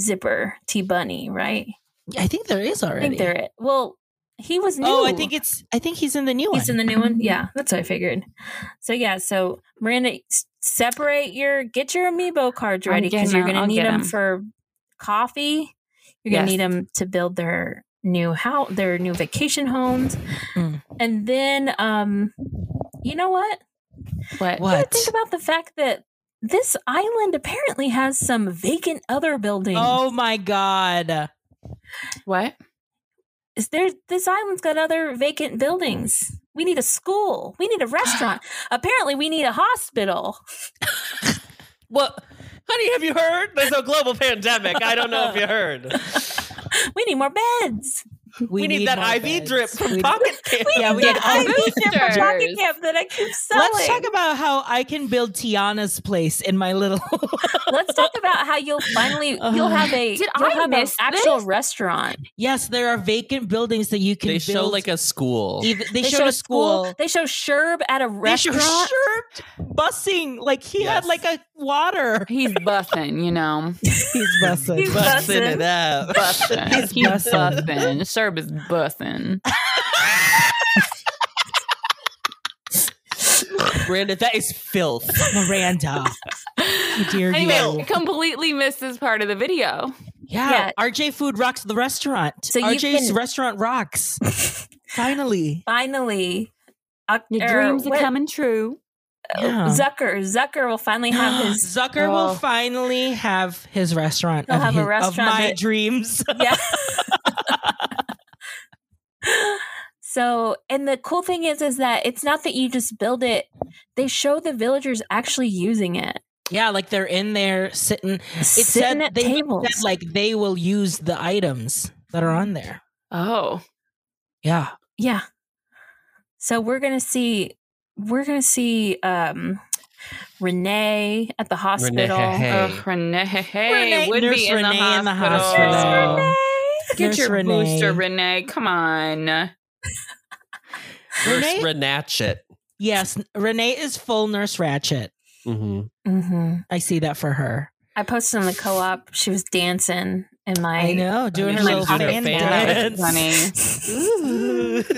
D: Zipper T Bunny, right?
A: I think there is
D: I
A: already.
D: think they're it. Well, he was new.
A: Oh, I think it's. I think he's in the new
D: He's in
A: one.
D: the new one. Yeah, that's what I figured. So yeah, so Miranda, s- separate your get your amiibo cards
B: I'm
D: ready because
B: getting
D: you're
B: them.
D: gonna
B: I'll
D: need
B: get
D: them
B: them.
D: for coffee. You're
B: Yes.
D: gonna need them to build their new house, their new vacation homes,
A: Mm.
D: and then um, you know what?
B: What?
D: I gotta
A: what?
D: think about the fact that this island apparently has some vacant other buildings.
A: Oh my god.
B: What?
D: is there this island's got other vacant buildings we need a school we need
A: <gasps>
D: a restaurant apparently we need a hospital
C: Well, honey, have you heard? There's a global pandemic. I don't know if you heard.
D: we need more beds
C: We, need,
A: more
C: that IV
A: beds.
C: drip from
A: We-
C: Pocket Camp.
A: <laughs> Yeah, we need all
D: I
A: the
D: need them for pocket
B: boosters.
D: camp that i keep selling
A: Let's talk about how I can build Tiana's place in my little. <laughs>
D: Let's talk about how you'll finally
A: Uh,
D: you'll have a
B: did
D: you'll
B: I
D: have an
B: miss
D: actual
B: this?
D: restaurant
A: yes, there are vacant buildings that you can.
C: They show
A: build
C: like
A: <laughs>
C: a school.
A: Either, they, showed a school.
D: they show sherb at a
A: They showed
D: restaurant
A: shirt bussing. Like he had
C: Yes.
A: like a water.
B: He's bussing,
A: <laughs>
B: you know.
A: He's bussing.
D: He's
A: Bus-
D: bussing.
C: Busting it up.
B: Bussing. He's
A: bussing.
B: bussing. Serb is bussing.
C: Miranda, that is filth.
A: Miranda. How dare you.
B: Anyway, completely missed this part of the video.
A: Yeah, RJ Food rocks the restaurant.
D: So you
A: RJ's
D: can-
A: restaurant rocks.
D: <laughs>
A: Finally.
D: finally uh, Oc-
B: Your
D: or
B: dreams are
D: what-
B: coming true.
A: Yeah.
D: zucker zucker will finally
A: <gasps>
D: have his
A: Zucker will
B: Well-
A: finally have his restaurant.
D: He'll
A: of
D: have a
A: his-
D: restaurant
A: of my
D: that-
A: dreams. <laughs>
D: yeah. so, and the cool thing is, is that it's not that you just build it; they show the villagers actually using it,
A: Yeah, like they're in there sitting.
D: it
A: It
D: sitting
A: said
D: at
A: they
D: tables.
A: said like they will use the items that are on there.
B: Oh.
A: Yeah.
D: yeah. So we're gonna see we're gonna see um Renee at the hospital.
A: <laughs>
C: Renee.
B: Ugh, Renee,
A: Renee-
B: would
A: Nurse
B: be in,
A: Renee
B: the
A: in the
B: hospital.
A: hospital.
D: Nurse Renee.
B: Get
A: Nurse
B: your
A: Renee.
B: booster, Renee. Come on.
A: Renee?
C: First Renatchet.
A: Yes, Renee is full Nurse Ratchet.
C: Mm-hmm.
D: Mm-hmm.
A: I see that for her.
D: I posted on the co-op. She was dancing in my.
A: I know, doing her
D: my
A: little
D: hot
A: fan
D: fan
A: dance.
B: dance.
A: Ooh. <laughs>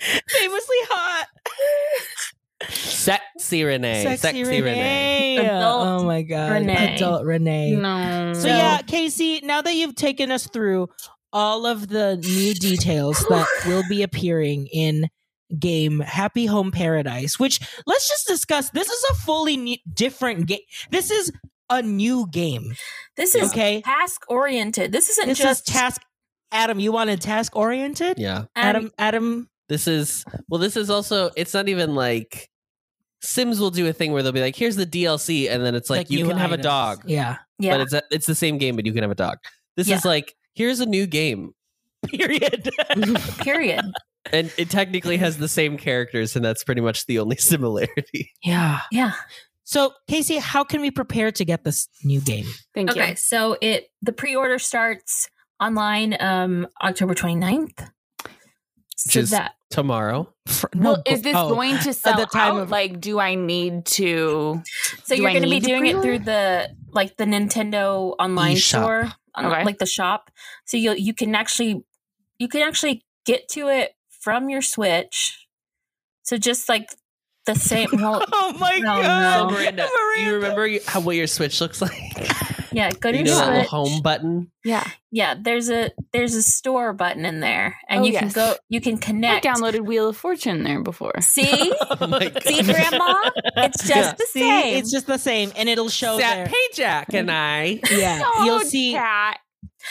A: Famously hot. <laughs>
C: Sexy Renee. Sexy, Renee.
D: Adult
A: oh my god.
D: Renee.
A: Adult Renee.
B: No.
A: So yeah, Casey, now that you've taken us through all of the new details that will be appearing in game Happy Home Paradise, which let's just discuss. This is a fully new, different game. This is a new game.
D: This is
A: Okay.
D: task oriented. This isn't
A: This
D: just
A: is task Adam, you wanted task oriented?
C: Yeah.
B: <laughs>
A: Adam Adam
C: This is well. This is also. It's not even like Sims will do a thing where they'll be like, "Here's the DLC," and then it's like, you
A: new
C: can have a
A: items.
C: dog,
A: Yeah.
D: Yeah.
C: but it's a, it's the same game, but you can have a dog. This
D: Yeah.
C: is like, here's a new game,
A: <laughs> Period.
D: period.
C: <laughs> and it technically has the same characters, and that's pretty much the only <laughs> similarity.
A: yeah.
D: Yeah.
A: So, Casey, how can we prepare to get this new game?
B: Thank
D: okay.
B: you.
D: So it the pre-order starts online um October 29th. So
C: Just-
D: that
C: Tomorrow,
A: For-
B: Well,
A: no,
B: is this
A: oh.
B: going to sell
A: the time
B: out?
A: of-
B: like, do I need to?
D: so
B: do
D: you're
B: I
D: going to be
B: need to
D: doing it
B: pre-order?
D: through the like the Nintendo online
C: eShop.
D: store, on,
B: Okay.
D: like the shop. So you you can actually you can actually get to it from your Switch. So just like
C: <laughs>
D: the same. Well,
A: Oh my
D: No,
A: god.
D: no.
C: So, Miranda, you
A: <laughs> Miranda.
C: remember you, how what your Switch looks like?
D: yeah, go to
C: you
D: your
C: know that little
D: Switch.
C: home
D: <laughs>
C: button.
B: Yeah,
D: Yeah, there's a there's a store button in there, and
B: Oh,
D: you can
B: yes.
D: go. You can
B: I
D: connect.
B: downloaded Wheel of Fortune there before.
D: See,
C: Oh my God.
D: see, Grandma, it's just
C: Yeah.
D: the
A: See,
D: same.
A: it's just the same, and it'll show
C: Sat
A: there.
C: Payjack and I.
B: <laughs>
A: Yeah, you'll see.
B: Cat.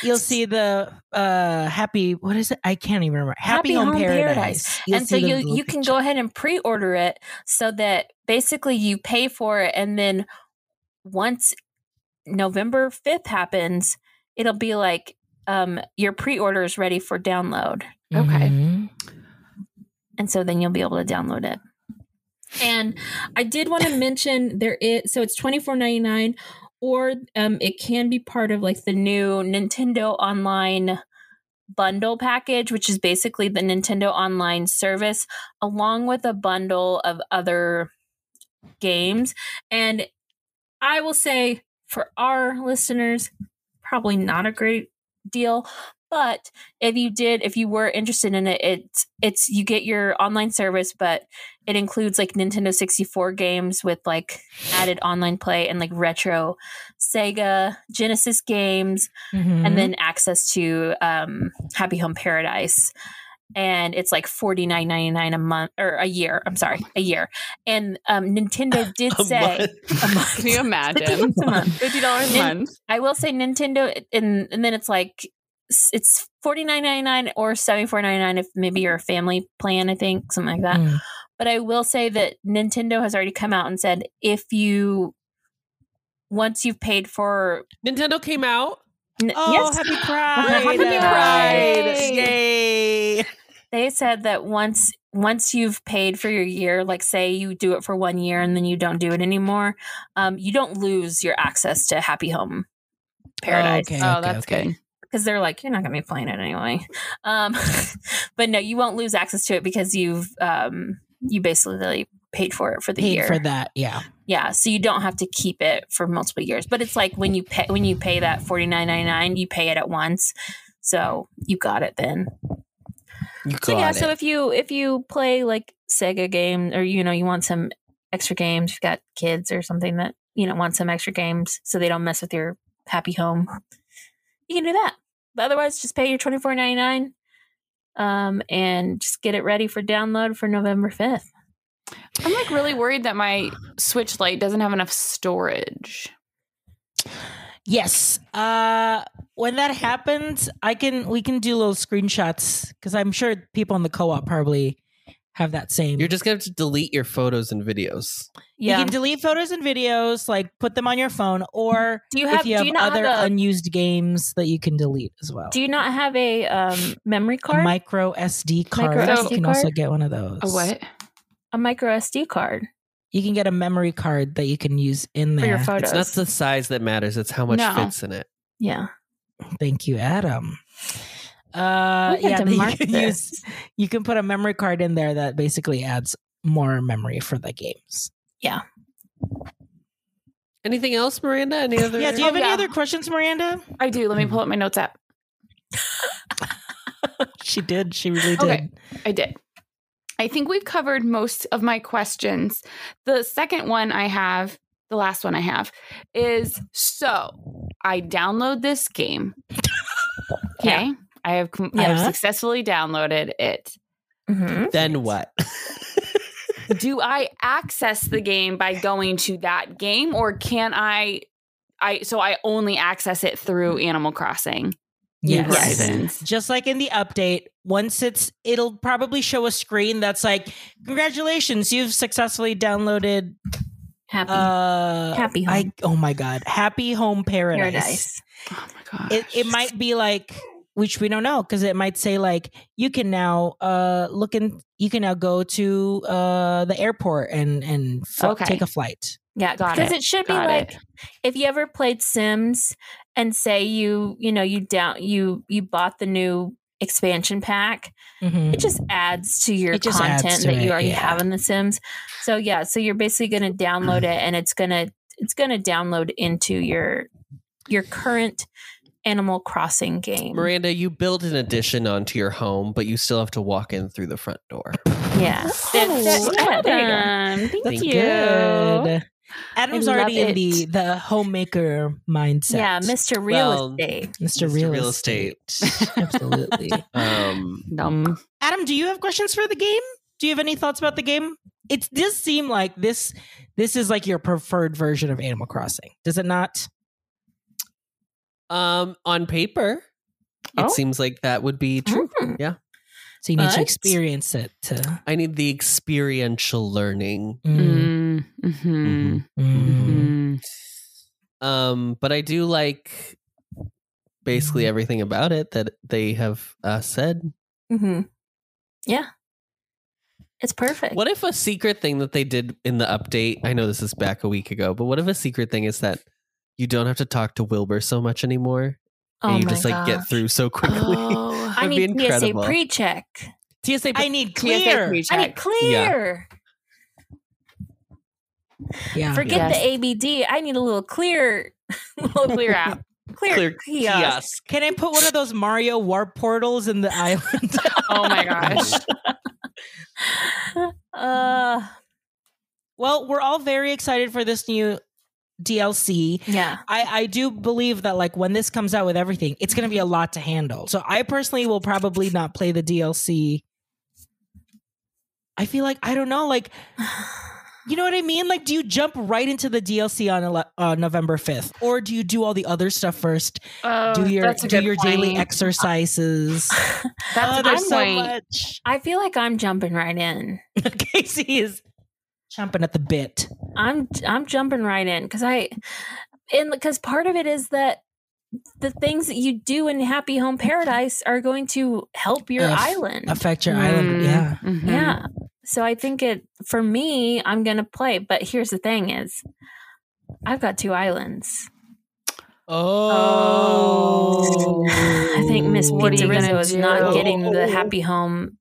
A: You'll see the uh happy. What is it? I can't even remember. Happy, Home, Paradise. You'll
D: and so
A: see the
D: you
A: little
D: you can
A: picture.
D: go ahead and pre-order it so that basically you pay for it and then once November 5th happens, it'll be like um your pre-order is ready for download.
B: okay.
A: Mhm.
D: And so then you'll be able to download it. And I did want <laughs> to mention there is so it's twenty four ninety nine, or um it can be part of like the new Nintendo Online bundle package, which is basically the Nintendo Online service, along with a bundle of other games. And I will say for our listeners, probably not a great deal. But if you did, if you were interested in it, it's it's you get your online service, but it includes like Nintendo 64 games with like added online play and like retro Sega Genesis games
A: Mhm.
C: Mm-hmm.
D: and then access to um, Happy Home Paradise. And it's like forty nine ninety nine a month or a year. I'm sorry, a year. And
C: <laughs>
D: um, Nintendo did
C: A
D: <laughs> say
C: month.
D: a
B: <laughs>
D: month.
B: Can you imagine?
D: It's a month.
B: Fifty dollars a
D: And-
B: month.
D: I will say Nintendo, and and then it's like s- it's forty nine ninety nine or seventy four ninety nine if maybe you're a family plan. I think something like that.
A: Mm.
D: But I will say that Nintendo has already come out and said if you once you've paid for
C: Nintendo came out.
D: n-
A: Oh,
D: yes,
A: happy pride!
D: Happy
B: Pride.
A: Yay!
D: they said that once once you've paid for your year like say you do it for one year and then you don't do it anymore um, you don't lose your access to happy home paradise
A: Okay,
B: oh,
A: okay,
B: that's
A: okay.
B: good.
D: because they're like you're not going to be playing it anyway um, <laughs> but no you won't lose access to it because you've um, you basically paid for it for the
A: Paid
D: year
A: for that. Yeah.
D: yeah so you don't have to keep it for multiple years but it's like when you pay when you pay that 49.99 you pay it at once so you got it then
C: You
D: so yeah, so if you if you play like Sega games or you know you want some extra games, you've got kids or something that you know want some extra games so they don't mess with your happy home, you can do that. But otherwise, just pay your twenty four ninety nine, um, and just get it ready for download for November fifth.
B: I'm like really worried that my Switch Lite doesn't have enough storage.
A: Yes. Uh when that happens, I can we can do little screenshots because I'm sure people in the co-op probably have that same.
C: You're just gonna have to delete your photos and videos.
A: You
D: um,
A: can delete photos and videos, like put them on your phone, or
D: Do you
A: if
D: have?
A: you have
D: do you not
A: other
D: have a?
A: unused games that you can delete as well.
D: do you not have a um, memory
A: A
D: card?
A: micro SD card.
D: Micro
A: you
D: SD
A: can also
D: card?
A: get one of those.
B: A Oh, what?
D: a micro SD card
A: You can get a memory card that you can use in
D: for
A: there.
D: your photos.
C: It's not the size that matters; it's how much
B: No.
C: fits in it.
D: yeah.
A: Thank you, Adam. Uh,
D: We had
A: yeah,
D: to
A: that <laughs> you
D: mark
A: can
D: this.
A: use. You can put a memory card in there that basically adds more memory for the games.
C: Anything else, Miranda? Any other?
A: Yeah. Do you have
B: Oh,
A: any
B: yeah.
A: other questions, Miranda?
B: I do. Let me pull up my notes app.
A: She did. She really did.
B: Okay. I did. I think we've covered most of my questions. The second one I have, the last one I have, is so I download
A: <laughs>
B: this game. Okay. I have com- I have
A: Yeah.
B: successfully downloaded it.
A: Uh,
D: Mm-hmm.
C: then what? <laughs>
B: Do I access the game by going to that game or can I I so I only access it through Animal Crossing New
A: Yes.
D: Yes.
B: Horizons.
A: Just like in the update, once it's, it'll probably show a screen that's like, "Congratulations, you've successfully downloaded."
D: Happy
A: Uh,
D: Happy Home
A: I oh my god, Happy Home Paradise.
D: Paradise.
B: Oh my god.
A: It it might be like, which we don't know, because it might say like, you can now uh look in, you can now go to uh the airport and and fl-
B: Okay.
A: take a flight.
D: Yeah,
B: Got
D: because
B: it.
D: it. should be
B: Got
D: like
B: it.
D: if you ever played Sims and say you you know you down you you bought the new expansion pack,
A: Mhm.
D: it just adds to your
A: It just adds
D: content
A: to
D: that
A: it,
D: you already
A: yeah.
D: have in the Sims. So yeah, so you're basically going to download it, and it's gonna it's gonna download into your your current Animal Crossing game.
C: Miranda, you build an addition onto your home, but you still have to walk in through the front door.
D: Yeah, That's-
A: Oh,
D: yeah, there you go.
B: Um, thank
A: That's
B: you.
A: good. Adam's
B: I love
A: already in
B: it.
A: the the homemaker mindset.
D: Yeah, Mr. Real
C: Well,
D: Estate.
A: Mr.
C: Mr.
A: Real,
C: Real
A: Estate. Absolutely.
C: <laughs> Um,
B: Dumb.
A: Adam, do you have questions for the game? Do you have any thoughts about the game? It does seem like this this is like your preferred version of Animal Crossing. Does it not?
C: um, on paper,
B: Oh.
C: it seems like that would be true.
D: Mm.
A: So you need to
D: But-
A: experience it to
C: I need the experiential learning.
A: Mm,
B: Mm, mhm.
A: mm.
B: Mm.
C: Um, but I do like basically everything about it that they have uh, said.
D: Mm-hmm. Yeah, it's perfect.
C: What if a secret thing that they did in the update? I know this is back a week ago, but what if a secret thing is that you don't have to talk to Wilbur so much anymore, and
D: oh
C: you
D: my
C: just like get
D: gosh.
C: through so quickly? <laughs>
B: Oh,
D: I
C: That'd be
D: need PSA
C: incredible.
D: pre-check.
C: TSA.
A: I need
B: TSA
A: clear.
D: I
B: pre-check.
D: need clear.
A: Yeah.
D: Forget
B: Yes.
D: the ABD. I need a little clear, <laughs> little
B: Clear
C: <laughs>
B: app.
D: clear,
C: Clear
D: kiosk.
A: Can I put one of those Mario warp portals in the <laughs> island? <laughs>
B: Oh my gosh.
D: Uh,
A: well, we're all very excited for this new DLC.
D: yeah,
A: I, I do believe that like when this comes out with everything, it's going to be a lot to handle. So I personally will probably not play the DLC. I feel like I don't know, like you know what I mean. Like, do you jump right into the DLC on ele- uh, November fifth, or do you do all the other stuff first?
B: Oh,
A: do your
B: that's a
A: do
B: good
A: your daily
B: point.
A: exercises.
B: That's
A: oh,
B: a good
A: there's so
B: point.
A: much.
D: <sighs> I feel like I'm jumping right in.
A: <laughs> Casey is chomping at the bit.
D: I'm I'm jumping right in because I and because part of it is that the things that you do in Happy Home Paradise are going to help your
A: Eff-
D: island.
A: Affect your
B: Mm,
A: island, yeah.
B: mhm.
D: Yeah.
C: mm-hmm.
D: So I think it for me, I'm gonna play. But here's the thing: is I've got two islands.
B: Oh.
D: I think Miss
B: What are
D: Pizza
B: you gonna
D: Rizzo is not
B: do?
D: getting the happy home.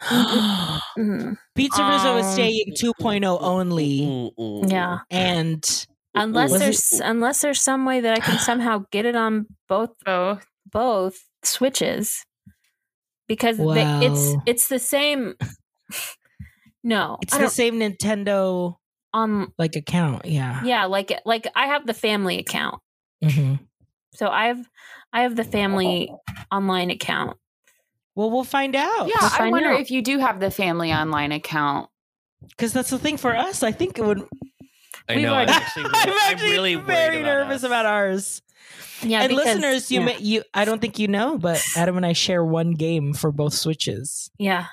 D: <gasps> Mm,
A: <gasps> Pizza Rizzo is
B: Um,
A: staying 2.0
D: mm-hmm.
A: only,
C: Mm-mm.
D: yeah,
A: and
D: unless
A: Was
D: there's unless there's some way that I can somehow get it on both
B: Oh,
D: both switches, because they, it's
A: Wow.
D: it's
A: <laughs>
D: the same. No,
A: it's
D: I
A: the
D: don't-
A: same Nintendo
D: um
A: like account. Yeah,
D: yeah, like like I have the family account.
A: Mhm.
D: So I've I have the family online account.
A: Well, Oh, we'll find out.
B: yeah.
D: We'll
B: I
D: find
B: wonder
D: out.
B: if you do have the family online account.
A: because that's the thing for us. I think it would.
C: I
D: We've
C: know. <laughs> I'm
A: <laughs>
D: already-
C: actually,
A: I'm
C: really, I'm
A: actually
C: really worried
A: very
C: about
A: nervous
C: us.
A: about ours.
D: Yeah,
A: and
D: because-
A: listeners, you
D: yeah,
A: may, you I don't think you know, but Adam and I share one game for both Switches.
D: yeah.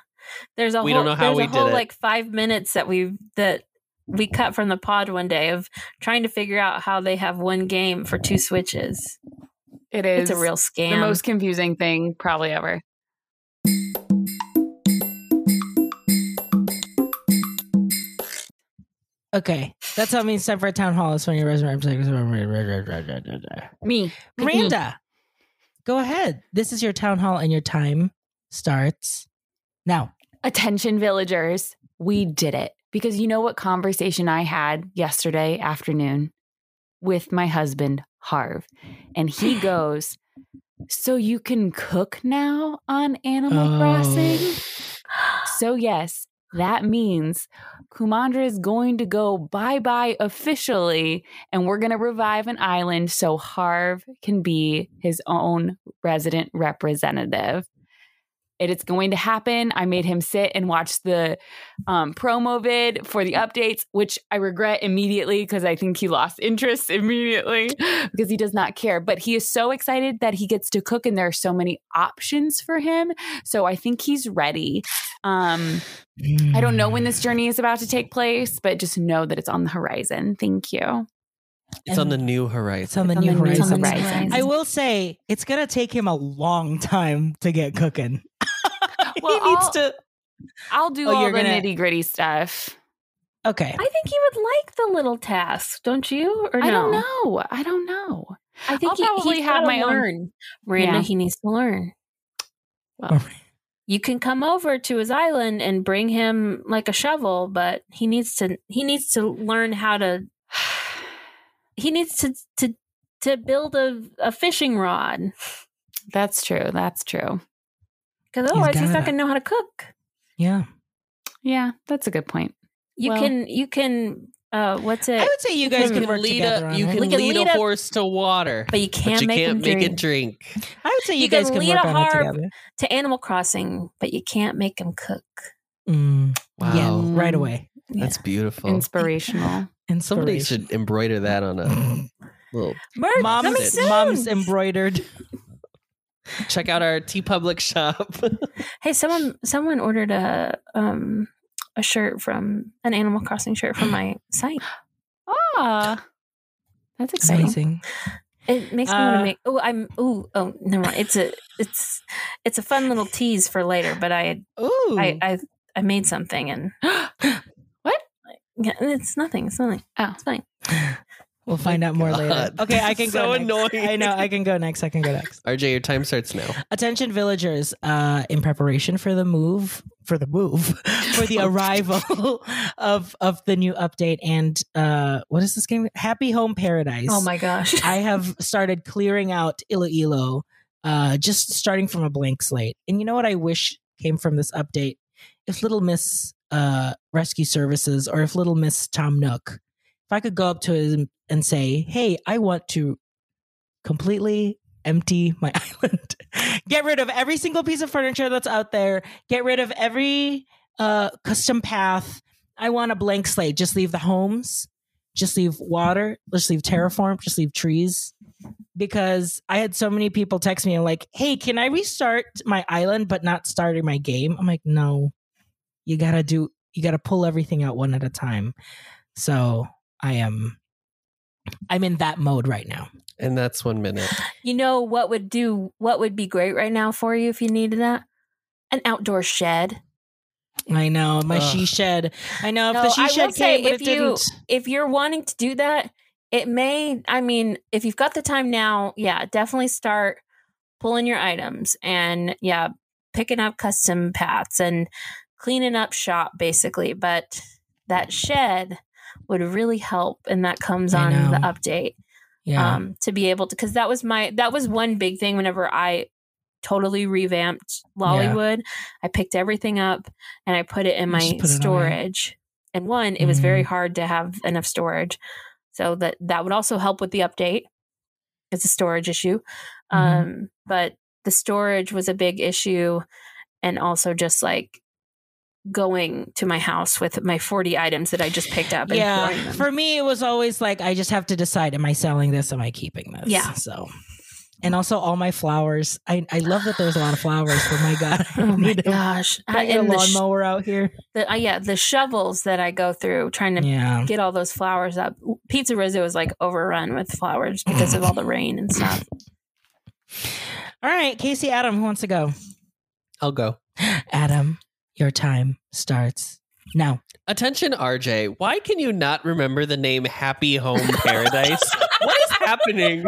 D: There's a
C: We
D: whole,
C: don't know how
D: there's
C: we
D: a
C: did
D: whole
C: it.
D: like five minutes that we that we cut from the pod one day of trying to figure out how they have one game for two switches.
B: It is
D: It's a real scam.
B: the most confusing thing probably ever.
A: Okay, that's how many time for a town hall. It's when your resume. Miranda,
B: Me.
A: go ahead. This is your town hall, and your time starts now.
B: Attention villagers, we did it. Because you know what conversation I had yesterday afternoon with my husband, Harv. And he goes, So you can cook now on Animal
A: Oh.
B: Crossing? So, yes, that means Kumandra is going to go bye bye officially, and we're going to revive an island so Harv can be his own resident representative. It is going to happen. I made him sit and watch the um, promo vid for the updates, which I regret immediately because I think he lost interest <laughs> immediately because he does not care. But he is so excited that he gets to cook, and there are so many options for him. So I think he's ready. Um, I don't know when this journey is about to take place, but just know that it's on the horizon. Thank you.
A: <laughs>
C: It's on the new horizon.
A: It's on the
B: on
A: new
B: the new- it's on the
A: horizons.
B: horizon. horizon.
A: I will say it's gonna take him a long time to get cooking. <laughs>
B: Well,
A: he needs
B: I'll-
A: to.
B: I'll do
A: Oh,
B: all
A: you're
B: the
A: gonna-
B: nitty gritty stuff.
A: Okay,
D: I think he would like the little task, don't you? Or no?
B: I don't know. I don't know. <sighs>
D: I
B: I'll
D: think he,
B: probably
D: he's
B: have
D: gotta
B: my own-
D: learn. Miranda,
B: Yeah.
D: he needs to learn.
B: Well,
D: You can come over to his island and bring him like a shovel, but he needs to he needs to learn how to he needs to to to build a, a fishing rod
B: that's true. That's true.
D: because otherwise he's,
A: gotta.
D: not going to know how to cook.
A: yeah.
B: Yeah, that's a good point.
D: You
B: Well-
D: can you can uh what's
A: I
D: it?
A: would say you guys
D: You
A: can
D: can
A: work
C: lead
A: together.
C: a,
A: on
C: you
A: it.
C: can
D: We can
C: lead,
D: lead
C: a
D: a-
C: horse to water,
D: But you
C: but
D: can't
C: you
D: make him
C: can't make
D: drink
C: it drink.
A: I would say you,
D: you can
A: guys can
D: lead
A: work
D: a
A: on it
D: harp.
A: together.
D: to Animal Crossing, but you can't make him cook.
A: Mm,
C: Wow,
A: Yeah, right away.
C: that's
B: <laughs>
C: beautiful.
B: Inspirational.
A: And
C: Somebody should embroider that on a <clears throat> little.
D: Merch
C: Mom's-
D: coming
A: Mom's,
D: soon.
A: mom's embroidered.
C: Check out our T Public shop. <laughs>
D: Hey, someone someone ordered a um a shirt from an Animal Crossing shirt
A: <gasps>
D: from my site.
B: Ah, that's exciting.
A: Amazing.
D: It makes me want
A: Uh,
D: to make. Oh, I'm. Oh, oh, never mind. It's a it's it's a fun little tease for later. But I
A: Ooh.
D: I I, I made something and <gasps>
B: What?
D: Yeah, it's nothing. It's nothing.
B: Oh.
D: it's fine.
A: we'll find out more later.
C: God.
A: Okay, I can
C: <laughs> So
A: go next.
C: annoying.
A: I know, I can go next. I can go next.
C: RJ, your time starts now.
A: Attention villagers, uh, in preparation for the move, for the move, <laughs> for
C: <laughs>
A: the arrival of of the new update and uh what is this game? Happy Home Paradise.
D: Oh my gosh. <laughs>
A: I have started clearing out Iloilo, uh, just starting from a blank slate. And you know what I wish came from this update? If Little Miss uh, Rescue Services or if Little Miss Tom Nook, if I could go up to him and say, hey, I want to completely empty my <laughs> island, get rid of every single piece of furniture that's out there, get rid of every uh, custom path. I want a blank slate. Just leave the homes just leave water, just leave terraform, just leave trees. Because I had so many people text me and like, hey, can I restart my island but not starting my game? I'm like, no, you gotta do, you gotta pull everything out one at a time. So I am, I'm in that mode right now.
C: And that's one minute.
D: You know what would do? What would be great right now for you if you needed that? An outdoor shed.
A: I know my
C: Ugh.
A: she shed. I know if
D: No,
A: the
D: I
A: she
D: will
A: shed
D: say
A: came, but
D: if
A: it
D: you-
A: didn't.
D: if you're wanting to do that, it may, I mean, if you've got the time now, yeah, definitely start pulling your items and yeah, picking up custom paths and cleaning up shop basically. But that shed would really help and that comes
A: I
D: on the
A: know.
D: update
A: Yeah,
D: um to be able to because that was my that was one big thing whenever i totally revamped lollywood i picked everything up and i put it in
A: You
D: my
A: just put it away.
D: storage and one it was very
A: Mm.
D: hard to have enough storage so that that would also help with the update it's a storage issue
A: Mhm.
D: um but the storage was a big issue and also just like going to my house with my 40 items that i just picked up and throwing
A: yeah.
D: them.
A: For me, it was always like I just have to decide: am I selling this? Am I keeping this?
D: Yeah.
A: So and also all my flowers. I, I love that there's a lot of flowers, but my God, <laughs> I
D: <laughs> Oh my
A: need to
D: gosh! I,
A: get your
D: and the, sh-
A: lawnmower out here.
D: the uh, yeah, the shovels that I go through trying to
A: Yeah.
D: get all those flowers up. Pizza Rizzo is like overrun with flowers because of all the rain and stuff.
A: All right, Casey Adam, who wants to go?
C: I'll go.
A: Adam, your time starts now.
C: Attention, RJ. Why can you not remember the name Happy Home Paradise? what is happening?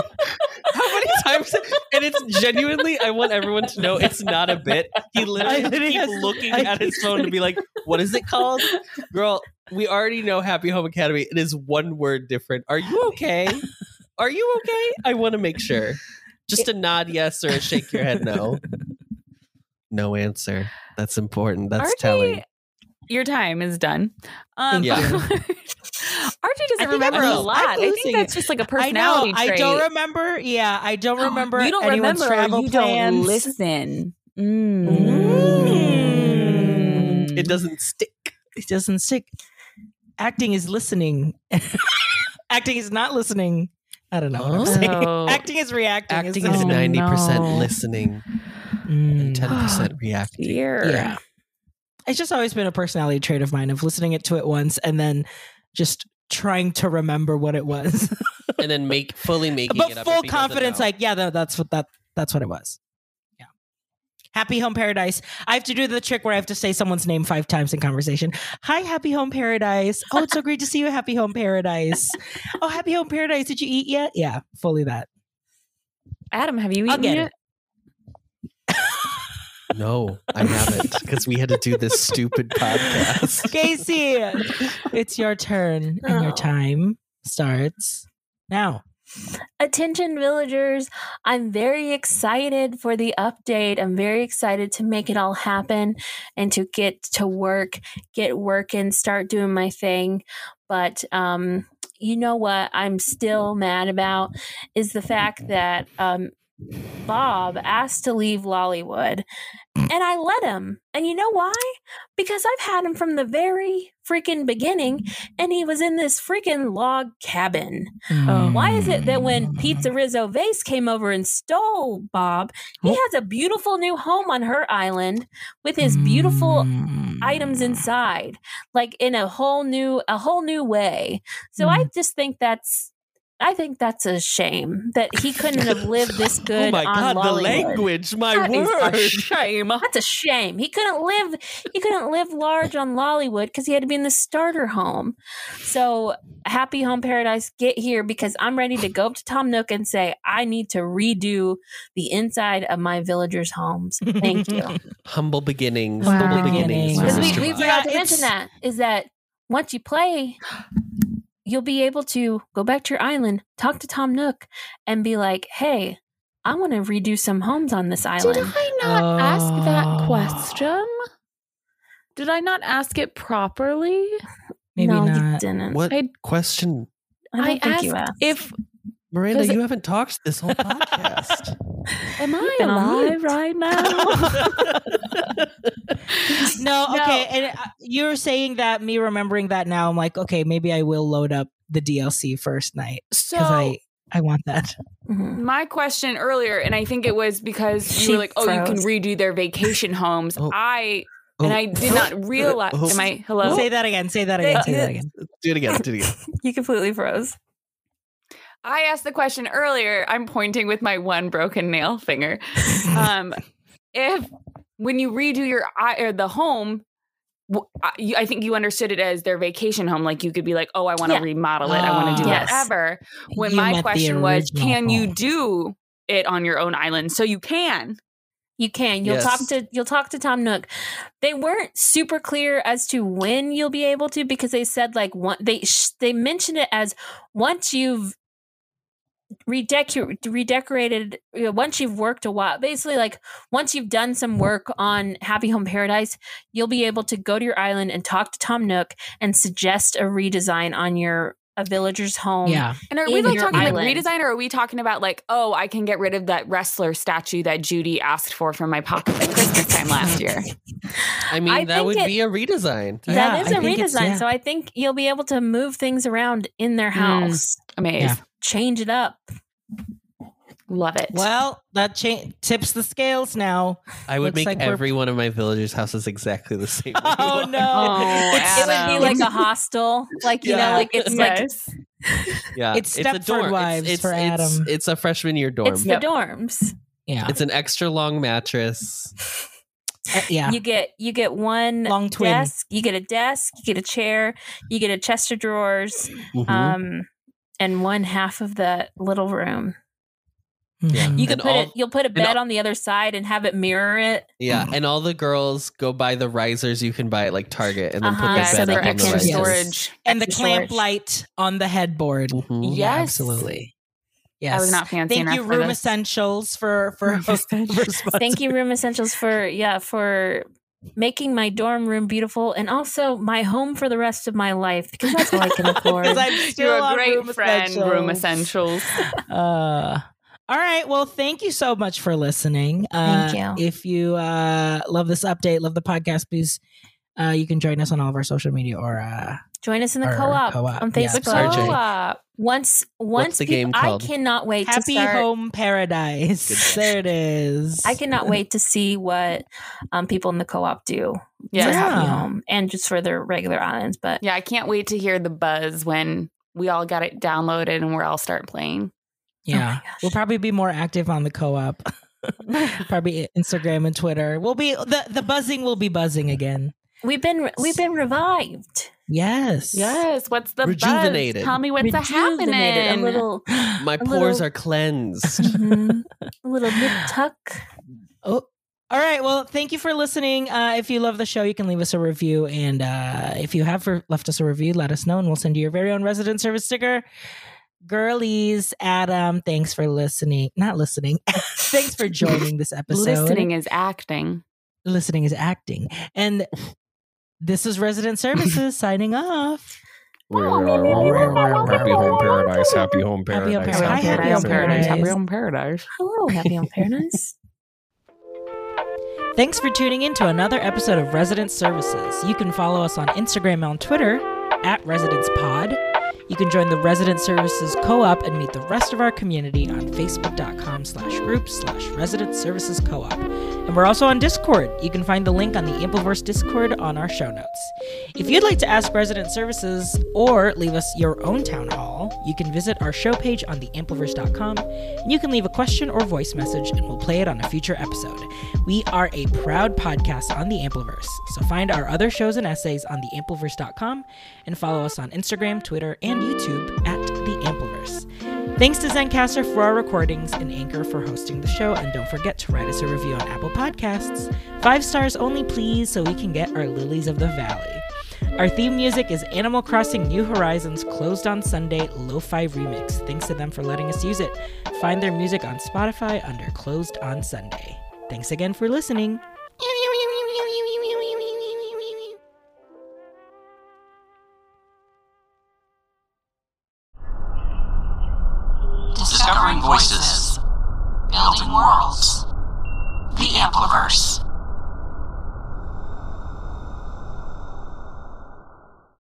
C: How many times? And it's genuinely, I want everyone to know it's not a bit. He
A: I
C: literally
A: literally
C: keeps
A: has-
C: looking
A: I
C: at his
A: keep
C: phone to be like, what is it called? Girl, we already know Happy Home Academy. It is one word different. Are you okay? Are you okay? I want to make sure. Just a nod yes or a shake your head no. No answer. That's important. That's
B: RJ,
C: telling.
B: Your time is done. Um,
A: Thank
C: Yeah.
B: <laughs>
A: you.
B: RJ
A: I
B: doesn't
A: think I'm
B: remember a
A: losing-
B: lot.
A: I'm
B: I
A: losing
B: think that's just like a
A: I
B: personality
A: know. I
B: trait.
A: don't remember. Yeah, I
B: <gasps>
A: don't remember
B: Oh, You don't
A: anyone's
B: remember.
A: travel
B: you
A: plans.
B: don't listen. Mm.
A: Mm.
C: It doesn't stick.
A: It doesn't stick. Acting is listening. <laughs> Acting is not listening. I don't know what I'm
C: Oh.
A: saying.
B: Oh.
A: Acting is reacting.
C: acting
A: isn't
C: is
B: Oh,
A: it?
B: not-
C: ninety percent
B: no.
C: listening and
A: Mm.
C: ten <gasps> percent reacting.
B: Dear.
A: Yeah. It's just always been a personality trait of mine of listening it to it once and then just trying to remember what it
C: <laughs>
A: was.
C: And then make fully making it
A: but
C: up.
A: full
C: if he doesn't
A: confidence,
C: know.
A: like, yeah, tha- that's what that that's what it was. Yeah. Happy Home Paradise. I have to do the trick where I have to say someone's name five times in conversation. Hi, Happy Home Paradise. Oh, it's so great to see you, Happy Home
C: <laughs>
A: Paradise. Oh, Happy Home Paradise. Did you eat yet? Yeah, fully that.
B: Adam, have you
A: I'll
B: eaten
A: get
B: yet?
A: it.
C: no, I haven't <laughs> because we had to do this stupid podcast. <laughs>
A: Casey, it's your turn and your
D: Oh.
A: time starts now.
D: Attention villagers, I'm very excited for the update. I'm very excited to make it all happen and to get to work, get working, start doing my thing. But um you know what I'm still mad about is the fact that um Bob asked to leave Lollywood and I let him. And you know why? Because I've had him from the very freaking beginning and he was in this freaking log cabin. Oh. Why is it that
A: Mm.
C: Mm.
D: when Pizza Rizzo Vase came over and stole Bob, he
A: Well-
D: has a beautiful new home on her island with his
C: Mm.
D: beautiful
A: Mm.
D: items inside, like in a whole new a whole new way. So I
C: Mm.
D: just think that's I think that's a shame that he couldn't have lived this
C: <laughs>
D: good.
C: oh my god,
D: on
C: the
D: Lollywood.
C: language! My
B: That is
C: word.
B: a shame.
D: Oh, That's a shame. He couldn't live. He couldn't live large on Lollywood because he had to be in the starter home. So happy home paradise, get here because I'm ready to go up to Tom Nook and say I need to redo the inside of my villagers' homes. Thank you.
C: Humble beginnings.
B: Wow.
C: Humble beginnings.
A: Wow.
C: for
D: Because we,
C: Mr.
D: we
C: Bob.
A: Yeah,
D: forgot to
A: it's-
D: mention that is that once you play, you'll be able to go back to your island, talk to Tom Nook, and be like, "Hey, I want to redo some homes on this
B: Did
D: island."
B: I not ask
A: Oh.
B: that question? Did I not ask it properly?
A: Maybe
D: no, you
A: not.
D: didn't.
C: What
B: I-
C: question,
D: I
B: I,
D: don't think
B: asked,
D: you asked.
B: if
C: Miranda?
B: Does it-
C: You haven't talked this <laughs> whole podcast.
B: am I
D: been on
B: alive
D: mute.
B: right <laughs> now?
A: <laughs> No,
B: No.
A: okay. And uh, you're saying that me remembering that now, I'm like, okay, maybe I will load up the DLC first night
B: so
A: because I I want that.
D: Mhm.
B: my question earlier, and I think it was because you
D: She
B: were like, "Oh, you can
D: froze.
B: redo their vacation homes."
C: Oh.
B: I
C: Oh.
B: and I
C: <laughs>
B: did not realize.
C: Oh.
B: Am I hello?
A: Say that again. Say that again. Say that again.
C: Do it again. Do it again.
D: You completely froze.
B: I asked the question earlier. I'm pointing with my one broken nail finger. Um, if when you redo your i- or the home, w- I you- I think you understood it as their vacation home. Like you could be like, "Oh, I want to
D: Yeah.
B: remodel it. I want to do
D: Ah. Yes.
B: whatever." When
A: You meant
B: my
A: the
B: question was,
A: original
B: "Can you
A: home.
B: do it on your own island?" So you can.
D: You can. You'll
C: Yes.
D: talk to you'll talk to Tom Nook. They weren't super clear as to when you'll be able to because they said like one they sh- they mentioned it as once you've redecor- redecorated you know, once you've worked a while basically like once you've done some work on Happy Home Paradise you'll be able to go to your island and talk to Tom Nook and suggest a redesign on your a villager's home.
A: Yeah.
B: And are we
D: In
B: like
D: your
B: talking like
D: island.
B: redesign, or are we talking about like, "Oh, I can get rid of that wrestler statue that Judy asked for from my pocket at Christmas time last year"?
C: I mean,
D: I
C: that
D: think
C: would
D: it-
C: be a redesign.
A: Yeah,
D: that is
A: I
D: a
A: think it's-
D: redesign.
A: yeah.
D: So I think you'll be able to move things around in their
B: Mm.
D: house.
B: Amazing.
A: Yeah.
D: change it up.
B: Love it.
A: Well, that cha- tips the scales
D: <laughs>
A: now.
C: I would
A: Looks
C: make
A: like we're-
C: every one of my villagers' houses exactly the <laughs> same. way you
A: <laughs> Oh
C: are.
A: no.
B: Oh,
A: It's- um,
D: It would be
A: <laughs>
B: Adam.
D: like a hostel, like you know,
A: Yeah.
D: like it's like
B: like
C: Yeah,
A: It's Stepford Wives
C: it's,
A: for
C: it's,
A: Adam.
C: It's a freshman year dorm.
D: it's
C: It's,
D: the
B: Yep.
D: dorms.
A: yeah.
C: an extra long mattress.
A: Uh, yeah.
D: You get you get one
A: Long twin.
D: desk, you get a desk, you get a chair, you get a chest of drawers,
A: Mm-hmm.
C: Mhm.
D: um, and one half of the little room.
C: yeah.
A: Mhm.
D: You could
C: And
D: put
C: all-
D: it. You'll put a bed
C: all-
D: on the other side and have it mirror it.
C: yeah, and all the girls go buy the risers you can buy at like Target, and then
D: Uh-huh,
C: put
B: yeah,
C: the
D: so
C: bed
D: they
B: for
C: up on the
B: extra
C: risers.
A: Yes.
B: storage.
A: <laughs> and the
D: Extra
A: clamp
D: storage.
A: light on the headboard.
C: Mhm.
A: Yeah,
B: Yes.
A: absolutely. Yes.
B: I was not fancy
A: Thank
B: enough
A: you,
B: for
A: Room
B: this.
A: Essentials, for
B: <laughs>
A: for
B: Room Essentials.
A: responsible.
D: Thank you, Room Essentials, for yeah for making my dorm room beautiful and also my home for the rest of my life because that's all I can
B: <laughs>
D: afford.
A: Because I'm still
B: You're a
A: on
B: great
A: Room
B: friend, Room
A: Essentials.
B: Essentials.
A: uh, all right. Well, thank you so much for listening. Uh,
D: Thank
A: you. If you uh, love this update, love the podcast, please. Uh, you can join us on all of our social media or uh,
D: Join us in the
A: Or
D: co-op,
A: co-op,
D: on
A: yeah.
D: Facebook.
C: Sorry, Jane.
B: Co-op.
D: Once once
C: the
D: peop-
C: game called?
D: I cannot wait to
A: Happy
D: start.
A: Home Paradise.
C: Goodness.
A: There it is.
D: I cannot wait to see what um, people in the co-op do
B: Yes.
D: for
A: Yeah.
D: Happy Home and just for their regular islands. But oh
B: Yeah, I can't wait to hear the buzz when we all got it downloaded and we're all start playing.
A: Yeah.
D: Oh my gosh.
A: we'll probably be more active on the
B: <laughs>
A: co-op. probably Instagram and Twitter. We'll be the the buzzing will be buzzing again.
D: we've been we've been revived,
A: Yes.
B: Yes, what's the
C: Rejuvenated.
B: Buzz? Tell me what's a
D: Rejuvenated,
B: happening.
D: a little
C: My
D: A
C: pores
D: little-
C: are cleansed.
D: Mhm. a
A: <laughs>
D: little nip tuck.
A: Oh. All right. Well, thank you for listening. Uh, if you love the show, you can leave us a review. And uh, if you have re- left us a review, let us know and we'll send you your very own resident service sticker. Girlies, Adam, thanks for listening. Not listening. <laughs> thanks for joining this episode.
B: Listening is acting.
A: Listening is acting. And this is Resident Services signing off.
E: Happy home paradise. Happy home
A: Happy home
E: paradise.
A: paradise. Happy home paradise.
B: Happy home paradise.
D: Hello, Happy Home Paradise.
A: Thanks for tuning in to another episode of Resident Services. You can follow us on Instagram and on Twitter at Residence Pod. You can join the Resident Services Co-op and meet the rest of our community on Facebook.com slash group slash Resident Services Co-op. And we're also on Discord. You can find the link on the Ampleverse Discord on our show notes. If you'd like to ask Resident Services or leave us your own town hall, you can visit our show page on theampleverse.com and you can leave a question or voice message and we'll play it on a future episode. We are a proud podcast on the Ampleverse, so find our other shows and essays on theampleverse.com and follow us on Instagram, Twitter, and YouTube at the Ampleverse. Thanks to Zencaster for our recordings and Anchor for hosting the show. And don't forget to write us a review on Apple Podcasts. Five stars only, please, so we can get our lilies of the valley. Our theme music is Animal Crossing New Horizons Closed on Sunday Lo Fi Remix. Thanks to them for letting us use it. Find their music on Spotify under Closed on Sunday. Thanks again for listening.
F: Discovering voices. Building worlds. The Ampliverse.